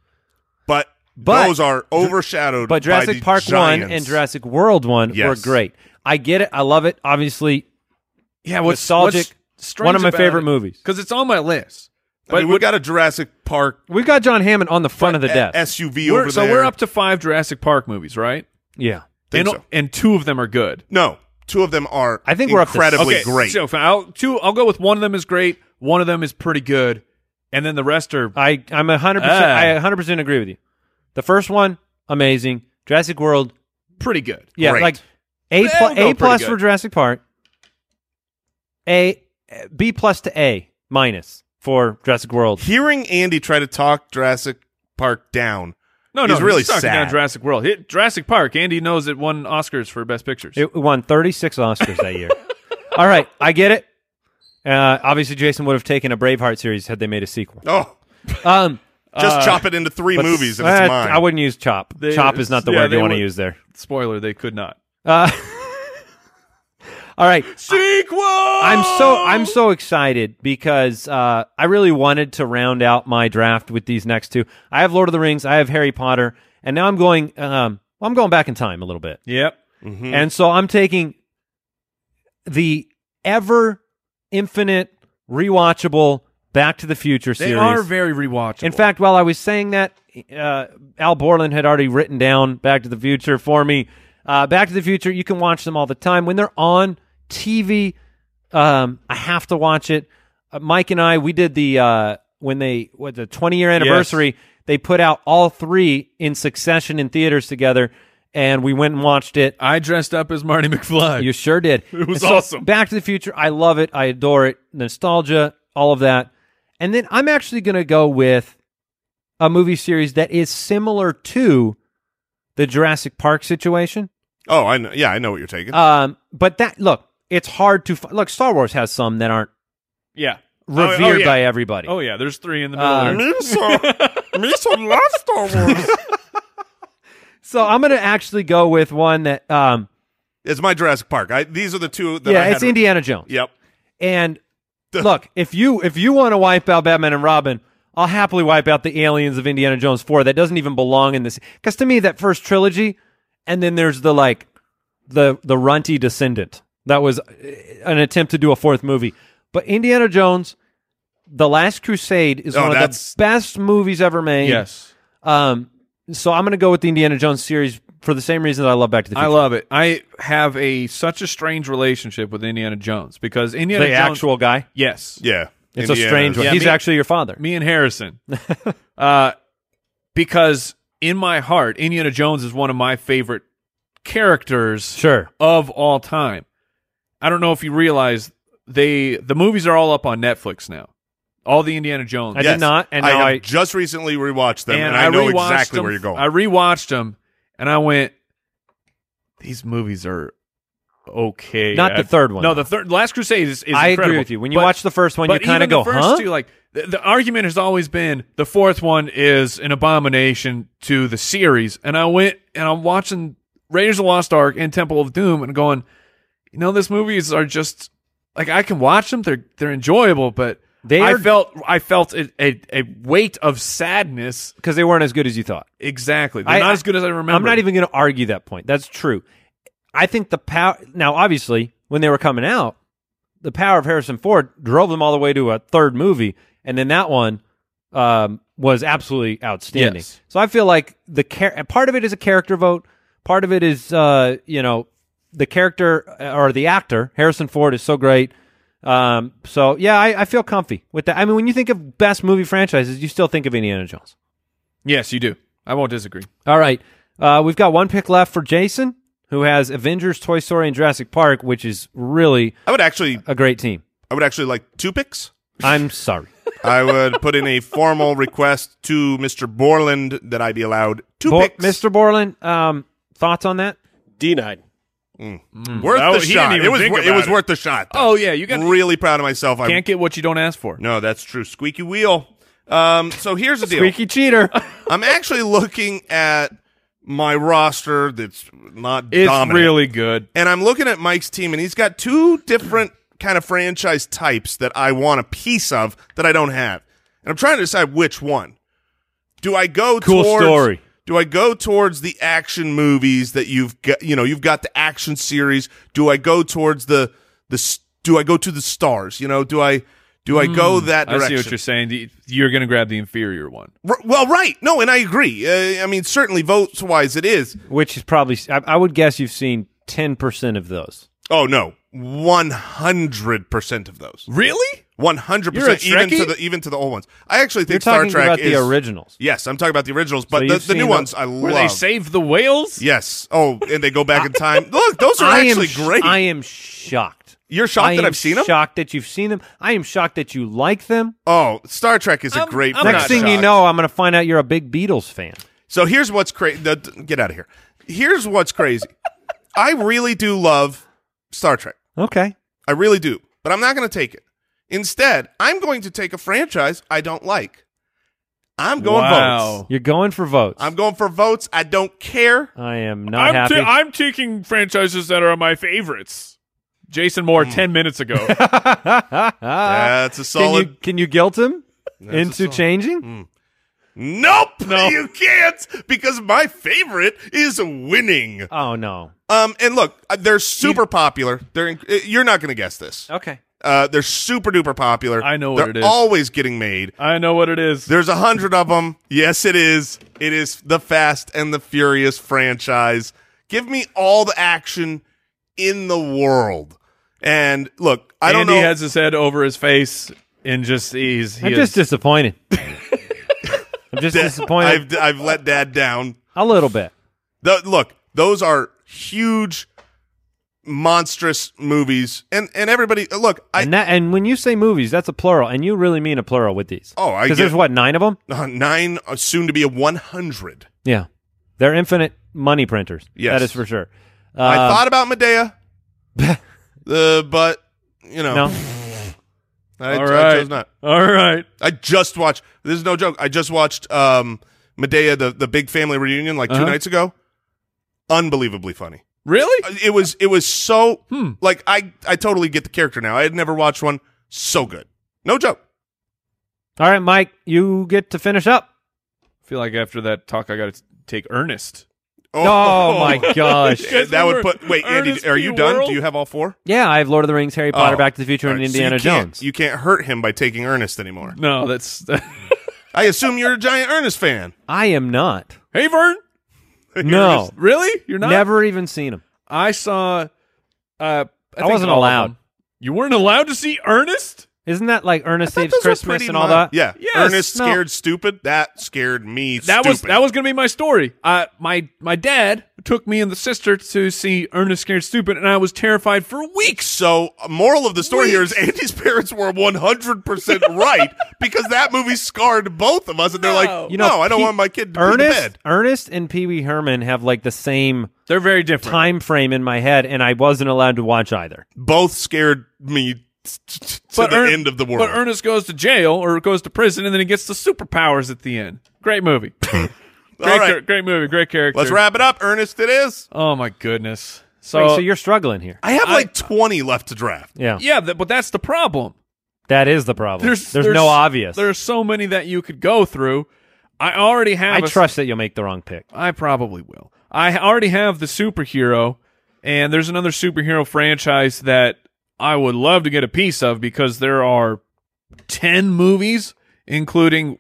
S5: But,
S1: But-
S5: those are overshadowed
S1: But
S5: by
S1: Jurassic
S5: the
S1: Park one
S5: giants.
S1: and Jurassic World one were
S5: Yes.
S1: great. I get it. I love it. Obviously,
S4: yeah. What's
S1: Nostalgic. One of my favorite movies.
S4: because it's on my list.
S5: I mean,
S4: But
S5: we
S4: what-
S5: got a Jurassic Park
S1: we've got John Hammond on the front of the
S5: a-
S4: uh,
S1: desk.
S5: SUV
S4: we're-
S5: over
S4: so
S5: there.
S4: we're up to five Jurassic Park movies, right?
S1: yeah.
S5: Think
S4: and
S5: so.
S4: and two of them are good.
S5: No, two of them are.
S1: I think we're up to
S5: incredibly
S1: Okay,
S5: great.
S4: So if I'll, two, I'll go with one of them is great, one of them is pretty good, and then the rest are
S1: I I'm a hundred percent
S4: Ah.
S1: I a hundred percent agree with you. The first one, amazing. Jurassic World,
S4: pretty good.
S1: yeah,
S5: Great.
S1: like A
S4: They all
S1: plus
S4: go
S1: A
S4: pretty
S1: plus
S4: good.
S1: for Jurassic Park. A B plus to A minus for Jurassic World.
S5: Hearing Andy try to talk Jurassic Park down.
S4: No,
S5: He's
S4: no,
S5: really
S4: he's talking down
S5: sad.
S4: Jurassic World. Hit Jurassic Park. Andy knows it won Oscars for best pictures.
S1: It won 36 Oscars that year. All right, I get it. Uh, obviously, Jason would have taken a Braveheart series had they made a sequel.
S5: Oh,
S1: Um,
S5: just chop it into three
S1: but-
S5: movies and
S1: uh,
S5: it's mine.
S1: I wouldn't use chop.
S4: They-
S1: chop is not the
S4: yeah,
S1: word
S4: they
S1: you want to
S4: would-
S1: use there.
S4: Spoiler: They could not.
S1: Uh, all right,
S4: Sequel.
S1: I'm so I'm so excited because uh, I really wanted to round out my draft with these next two. I have Lord of the Rings, I have Harry Potter, and now I'm going. Um, well, I'm going back in time a little bit,
S4: Yep.
S1: and so I'm taking the ever infinite rewatchable Back to the Future
S4: They
S1: series.
S4: are very rewatchable.
S1: In fact, while I was saying that, uh, Al Borland had already written down Back to the Future for me. Uh, Back to the Future, you can watch them all the time. When they're on TV, um, I have to watch it. Uh, Mike and I, we did the, uh, when they, what, the 20 year anniversary, they put out all three in succession in theaters together, and we went and watched it.
S4: I dressed up as Marty McFly.
S1: You sure did. It
S4: was awesome.
S1: Back to the Future. I love it. I adore it. Nostalgia, all of that. And then I'm actually going to go with a movie series that is similar to the Jurassic Park situation.
S5: Oh, I know. Yeah, I know what you're taking.
S1: Um, but that look, it's hard to fi- look. Star Wars has some that aren't
S4: yeah. Oh,
S1: revered
S4: yeah.
S1: by everybody.
S4: Oh yeah, there's three in the middle.
S1: Uh,
S4: there.
S5: me so, me so love Star Wars.
S1: So I'm going to actually go with one that. Um,
S5: It's my Jurassic Park. I, these are the two. That I
S1: yeah,
S5: had-
S1: it's Indiana Jones.
S5: Yep.
S1: And look, if you if you want to wipe out Batman and Robin, I'll happily wipe out the aliens of Indiana Jones Four. That doesn't even belong in this. Because to me, that first trilogy, and then there's the like the the runty descendant. That was uh, an attempt to do a fourth movie. But Indiana Jones, The Last Crusade is
S5: Oh,
S1: one of
S5: that's-
S1: the best movies ever made.
S4: Yes.
S1: Um. So I'm going to go with the Indiana Jones series for the same reason that I love Back to the Future.
S4: I love it. I have a such a strange relationship with Indiana Jones because Indiana
S1: the
S4: Jones
S1: actual guy.
S4: Yes.
S5: Yeah.
S1: It's a
S5: Indiana
S1: strange one.
S5: Jones.
S1: He's
S4: me-
S1: actually your father.
S4: Me and Harrison. uh, because in my heart, Indiana Jones is one of my favorite characters
S1: Sure.
S4: of all time. I don't know if you realize they the movies are all up on Netflix now. All the Indiana Jones.
S1: I did not, and
S5: I
S1: now
S5: have
S1: I-
S5: just recently rewatched them,
S4: and,
S5: and,
S4: I,
S5: I, know
S4: rewatched
S5: exactly
S4: them.
S5: where you're going.
S4: I rewatched them, and I went, "These movies are okay."
S1: Not the
S4: I-
S1: third one,
S4: No,
S1: though.
S4: the third Last Crusade is, is
S1: I agree
S4: incredible.
S1: with you. When you watch the first one, you
S4: but
S1: kinda
S4: even
S1: go,
S4: the first
S1: "Huh?"
S4: Two, like the, the argument has always been the fourth one is an abomination to the series, and I went and I'm watching Raiders of the Lost Ark and Temple of Doom and going, you know, these movies are just like I can watch them; they're they're enjoyable, but.
S1: They
S4: I
S1: are-
S4: felt I felt a, a, a weight of sadness
S1: because they weren't as good as you thought.
S4: Exactly. They're
S1: I-
S4: not
S1: I-
S4: as good as I remember.
S1: I'm not even going to argue that point. That's true. I think the power. Now, obviously, when they were coming out, the power of Harrison Ford drove them all the way to a third movie, and then that one um, was absolutely outstanding.
S4: Yes.
S1: So I feel like the char- part of it is a character vote. Part of it is, uh, you know, the character uh, or the actor Harrison Ford is so great. Um, so yeah, I, I feel comfy with that. I mean, when you think of best movie franchises, you still think of Indiana Jones.
S4: Yes, you do. I won't disagree.
S1: All right. Uh, we've got one pick left for Jason, who has Avengers, Toy Story, and Jurassic Park, which is really
S5: I would actually,
S1: a great team.
S5: I would actually like two picks.
S1: I'm sorry.
S5: I would put in a formal request to Mr. Borland that I be allowed two
S1: Bo-
S5: picks.
S1: Mr. Borland, um, thoughts on that?
S6: denied.
S5: worth
S2: That
S5: the
S2: was- he didn't
S5: shot.
S2: even
S5: It was,
S2: think
S5: wor- it
S2: about
S5: was
S2: it.
S5: worth the shot. though.
S4: Oh yeah, you got
S5: really proud of myself. I
S4: can't get what you don't ask for.
S5: No, that's true. Squeaky wheel. Um, so here's the deal.
S1: Squeaky cheater.
S5: I'm actually looking at my roster that's not
S4: It's
S5: dominant.
S4: really good.
S5: and I'm looking at Mike's team, and he's got two different kind of franchise types that I want a piece of that I don't have, and I'm trying to decide which one. Do I go
S1: Cool
S5: towards,
S1: story.
S5: Do I go towards the action movies that you've got? You know, you've got the action series. Do I go towards the the? s- Do I go to the stars? You know, do I do I go that
S4: Hmm, I
S5: direction?
S4: see what you're saying. The- You're going to grab the inferior one.
S5: R- well, right. No, and I agree. Uh, I mean, certainly votes wise, it is.
S1: which is probably, I, I would guess you've seen 10% of those.
S5: Oh no, one hundred percent of those.
S4: Really?
S5: One hundred
S4: You're a
S5: percent, even to
S4: Trekkie?
S5: the even to the old ones. I actually
S1: You're
S5: think Star
S1: talking
S5: Trek
S1: about
S5: is
S1: the originals.
S5: Yes, I'm talking about the originals, but the,
S1: you've
S5: the new
S1: seen
S5: ones
S1: the-
S5: I
S4: Where
S5: love.
S4: they save the whales?
S5: yes. Oh, and they go back in time. Look, those are
S1: I am
S5: actually
S1: sh-
S5: great.
S1: I am shocked.
S5: You're shocked
S1: I
S5: that
S1: am
S5: I've seen 'em?
S1: Shocked that you've seen them. I am shocked that you like them.
S5: oh, Star Trek is a
S4: I'm-
S5: great.
S4: I'm
S1: Next
S4: not
S1: thing
S5: franchise.
S1: you know, I'm going to find out you're a big Beatles fan.
S5: So here's what's crazy. Get out of here. Here's what's crazy. I really do love Star Trek.
S1: Okay.
S5: I really do, but I'm not going to take it. Instead, I'm going to take a franchise I don't like. I'm going
S4: Wow.
S5: votes.
S1: You're going for votes.
S5: I'm going for votes. I don't care.
S1: I am not
S4: I'm,
S1: happy.
S4: ta- I'm taking franchises that are my favorites. Jason Moore 10 minutes ago.
S5: That's a solid.
S1: Can you, can you guilt him into
S5: solid. Mm.
S1: changing?
S5: Nope, you can't because my favorite is winning.
S1: Oh no.
S5: Um, and look, uh, they're super popular. They're in- uh, you're not going to guess this.
S1: Okay.
S5: Uh, they're super duper popular.
S4: I know what
S5: they're
S4: it is.
S5: always getting made.
S4: I know what it is.
S5: There's a hundred of them. Yes, it is. It is the Fast and the Furious franchise. Give me all the action in the world. And look, I don't
S4: Andy
S5: know.
S4: has his head over his face and just he's he
S1: I'm
S4: is-
S1: just disappointed. I'm just disappointed
S5: I've I've let Dad down.
S1: a little bit.
S5: The, look, those are huge, monstrous movies, and and everybody look. I
S1: and that, and when you say movies, that's a plural, and you really mean a plural with these.
S5: Oh, I
S1: because
S5: get-
S1: there's what nine of them.
S5: uh, nine uh, soon to be a one hundred.
S1: Yeah, they're infinite money printers.
S5: Yes.
S1: that is for sure. Uh,
S5: I thought about Medea, uh, but you know,
S1: no,
S5: I,
S4: All
S5: I
S4: right.
S5: chose not.
S4: all right.
S5: I just watched. This is no joke. I just watched um, Medea, the the big family reunion, like
S1: Uh-huh.
S5: two nights ago. Unbelievably funny. Uh,
S4: Really?
S5: It was it was so
S1: Hmm.
S5: like I I totally get the character now. I had never watched one so good. No joke.
S1: all right, Mike, you get to finish up.
S4: I feel like after that talk, I got to take Ernest.
S1: Oh, my gosh!
S5: Uh, That would
S4: Remember
S5: put. Wait,
S4: Ernest
S5: Andy, are you
S4: P.
S5: done?
S4: World?
S5: Do you have all four?
S1: Yeah, I have Lord of the Rings, Harry Potter,
S5: Oh.
S1: Back to the Future,
S5: All
S1: and
S5: right, so
S1: Indiana
S5: you can't-
S1: Jones.
S5: You can't hurt him by taking Ernest anymore.
S4: No, that's
S5: I assume you're a giant Ernest fan.
S1: I am not.
S4: hey Vern.
S1: No,
S4: Really? You're not?
S1: never even seen him.
S4: I saw. Uh, I, think
S1: wasn't
S4: all of
S1: allowed.
S4: them. You weren't allowed to see Ernest.
S1: Isn't that like Ernest Saves
S5: Those are
S1: Christmas
S5: pretty
S1: and all
S5: mild.
S1: that?
S5: Yeah.
S4: Yes.
S5: Ernest
S1: No.
S5: scared stupid. That scared me.
S4: That was
S5: stupid.
S4: that was gonna be my story. Uh, my my dad took me and the sister to see Ernest Scared Stupid, and I was terrified for weeks.
S5: So, uh, moral of the story here is Andy's parents were 100% right because that movie scarred both of us. And they're like,
S1: You know,
S5: no, I don't
S1: Pete-
S5: want my kid to be in
S1: Ernest,
S5: bed.
S1: Ernest, and Pee Wee Herman have like the same
S4: They're very different.
S1: time frame in my head, and I wasn't allowed to watch either.
S5: Both scared me t- t- t- to the
S4: Ern-
S5: end of the world.
S4: But Ernest goes to jail or goes to prison, and then he gets the superpowers at the end. Great movie. great,
S5: All right.
S4: char- great movie. Great character.
S5: Let's wrap it up. Ernest, it is.
S4: Oh my goodness. So,
S1: Wait, so you're struggling here.
S5: I have like 20 left to draft.
S1: Yeah,
S4: yeah, th- but that's the problem.
S1: that is the problem.
S4: There's,
S1: There's, no obvious.
S4: There's so many that you could go through. I already have.
S1: I
S4: a-
S1: trust that you'll make the wrong pick.
S4: I probably will. I already have the superhero, and there's another superhero franchise that I would love to get a piece of because there are 10 movies, including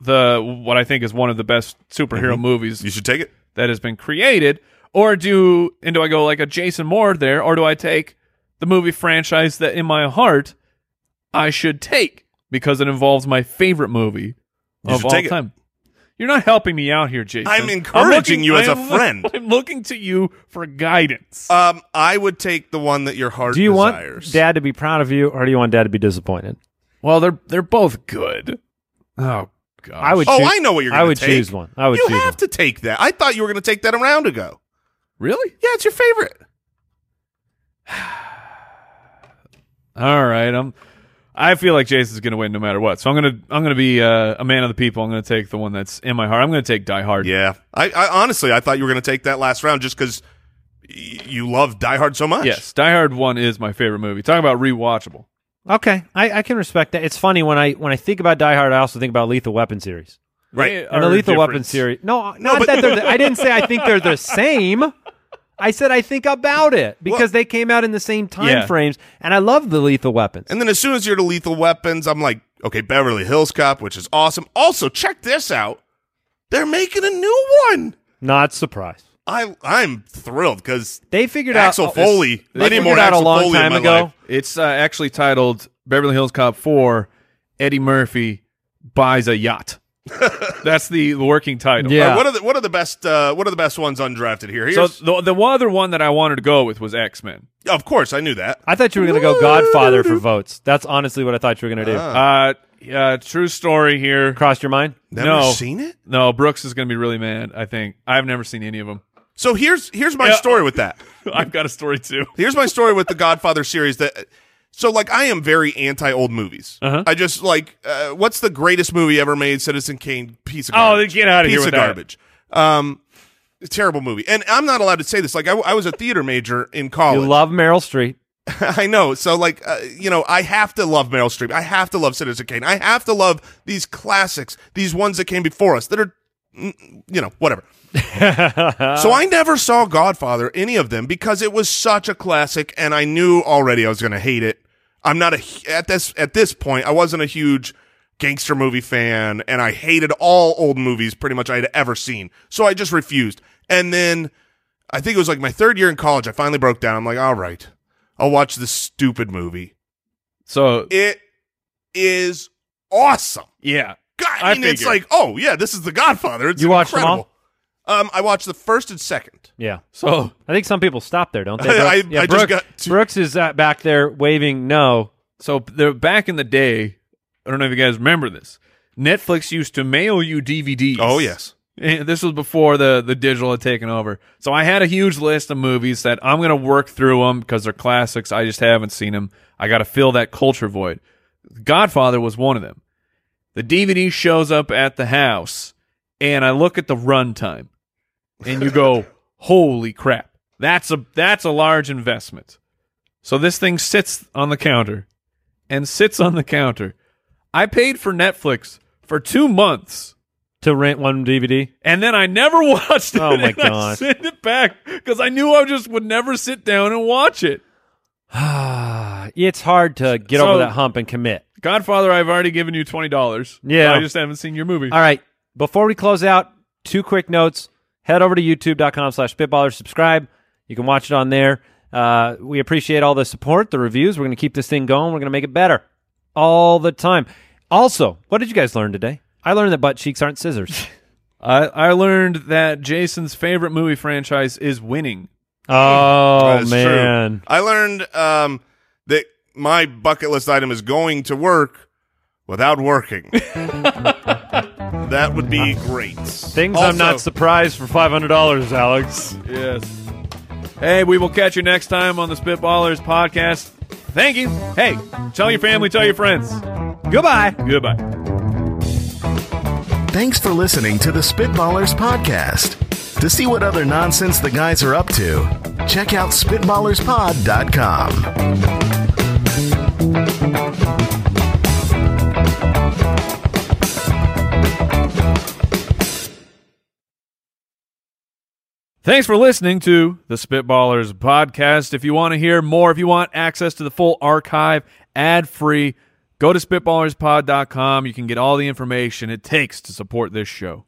S4: the what I think is one of the best superhero movies
S5: You should take it.
S4: that has been created. Or do and do I go like a Jason Moore there, or do I take the movie franchise that in my heart I should take because it involves my favorite movie
S5: You
S4: of
S5: should
S4: all
S5: take it.
S4: time? You're not helping me out here, Jason.
S5: I'm encouraging you as a
S4: I'm loo-
S5: friend.
S4: I'm looking to you for guidance.
S5: Um, I would take the one that your heart
S1: Do you
S5: desires.
S1: want Dad to be proud of you, or do you want Dad to be disappointed?
S4: well, they're they're both good. Oh gosh.
S1: I would.
S5: Oh,
S1: choo-
S5: I know what you're
S1: I
S5: gonna
S1: would
S5: take.
S1: choose one. I would
S5: you
S1: choose
S5: have
S1: one.
S5: to take that. I thought you were going to take that a round ago.
S4: really.
S5: Yeah, it's your favorite.
S4: All right, I'm. I feel like Jason's gonna win no matter what. So I'm gonna I'm gonna be uh, a man of the people. I'm gonna take the one that's in my heart. I'm gonna take Die Hard.
S5: Yeah. I, I honestly, I thought you were going to take that last round just because y- you love Die Hard so much.
S4: Yes, Die Hard One is my favorite movie. Talk about rewatchable.
S1: Okay, I, I can respect that. It's funny when I when I think about Die Hard, I also think about Lethal Weapon series.
S5: Right.
S1: And the Lethal Weapon series. No, not
S5: but-
S1: that they're. The, I didn't say I think they're the same. I said I think about it because they came out in the same time
S4: Yeah.
S1: frames, and I love the Lethal Weapons.
S5: And then as soon as you're to Lethal Weapons, I'm like, okay, Beverly Hills Cop, which is awesome. Also, check this out. They're making a new one.
S1: Not surprised.
S5: I I'm thrilled because
S1: They figured
S5: Axel
S1: out
S5: Foley.
S1: They
S5: I need
S1: figured
S5: more
S1: out a
S5: Axel
S1: long
S5: Foley in
S1: time
S5: my
S1: ago.
S5: life.
S4: It's uh, actually titled Beverly Hills Cop Four. Eddie Murphy buys a yacht. That's the working title.
S1: Yeah.
S5: All right, what are the what are the best uh, what are the best ones undrafted here?
S4: So
S5: Here's,
S4: the the one other one that I wanted to go with was X Men.
S5: of course, I knew that.
S1: I thought you were going to go Godfather for votes. That's honestly what I thought you were going to do.
S5: Ah.
S4: Uh, uh, true story here.
S1: Crossed your mind?
S5: Never
S4: no.
S5: seen it.
S4: No, Brooks is going to be really mad. I think I've never seen any of them.
S5: So here's here's my
S4: Yeah.
S5: story with that.
S4: I've got a story too.
S5: Here's my story with the Godfather series that so like I am very anti old movies.
S4: Uh-huh.
S5: I just like uh, what's the greatest movie ever made? Citizen Kane, piece of
S4: Oh,
S5: garbage.
S4: then get outta
S5: piece
S4: here with
S5: of
S4: that.
S5: garbage. Um, terrible movie. And I'm not allowed to say this. Like I, I was a theater major in
S1: You
S5: college.
S1: love Meryl Streep.
S5: I know. So like uh, you know, I have to love Meryl Streep. I have to love Citizen Kane. I have to love these classics, these ones that came before us that are mm, you know, whatever. So I never saw Godfather, any of them, because it was such a classic, and I knew already I was going to hate it. I'm not a hu- at this at this point. I wasn't a huge gangster movie fan, and I hated all old movies pretty much I had ever seen. So I just refused. And then I think it was like my third year in college. I finally broke down. I'm like, all right, I'll watch this stupid movie.
S4: So
S5: It is awesome.
S4: yeah,
S5: God, I
S4: I
S5: mean, it's
S4: figure.
S5: like, oh yeah, this is The Godfather. It's
S1: You watched them
S5: incredible. Um, I watched the first and second.
S1: Yeah.
S4: so
S1: I think some people stop there, don't they?
S5: I-
S1: Brooks? yeah,
S5: I just
S1: Brooks,
S5: got to-
S1: Brooks is uh, back there waving no.
S4: so they're back in the day. I don't know if you guys remember this. Netflix used to mail you DVDs.
S5: Oh yes,
S4: And Eh, this was before the the digital had taken over. So I had a huge list of movies that I'm gonna work through them because they're classics. I just haven't seen them. I got to fill that culture void. Godfather was one of them. The DVD shows up at the house, and I look at the runtime, and you go, "Holy crap! That's a that's a large investment." So this thing sits on the counter, and sits on the counter. I paid for Netflix for two months
S1: To rent one DVD,
S4: and then I never watched it.
S1: Oh, my
S4: and I
S1: gosh.
S4: sent it back because I knew I just would never sit down and watch it.
S1: it's hard to get
S4: So-
S1: over that hump and commit.
S4: Godfather, I've already given you twenty dollars.
S1: Yeah.
S4: I just haven't seen your movie.
S1: All right. Before we close out, two quick notes. Head over to youtube.com slash spitballers, subscribe. You can watch it on there. Uh, we appreciate all the support, the reviews. We're going to keep this thing going. We're going to make it better all the time. Also, what did you guys learn today? I learned that butt cheeks aren't scissors.
S4: I, I learned that Jason's favorite movie franchise is winning.
S1: oh,
S5: That's true.
S1: man.
S5: I learned um, that my bucket list item is going to work without working. that would be great.
S1: Things I'm not surprised for $500, Alex.
S4: Yes. Hey, we will catch you next time on the Spitballers podcast. Thank you. Hey, tell your family, tell your friends.
S1: Goodbye.
S4: Goodbye.
S3: Thanks for listening to the Spitballers Podcast. To see what other nonsense the guys are up to, check out SpitballersPod.com.
S4: Thanks for listening to the Spitballers podcast. If you want to hear more, if you want access to the full archive ad free, go to spitballerspod.com. You can get all the information it takes to support this show.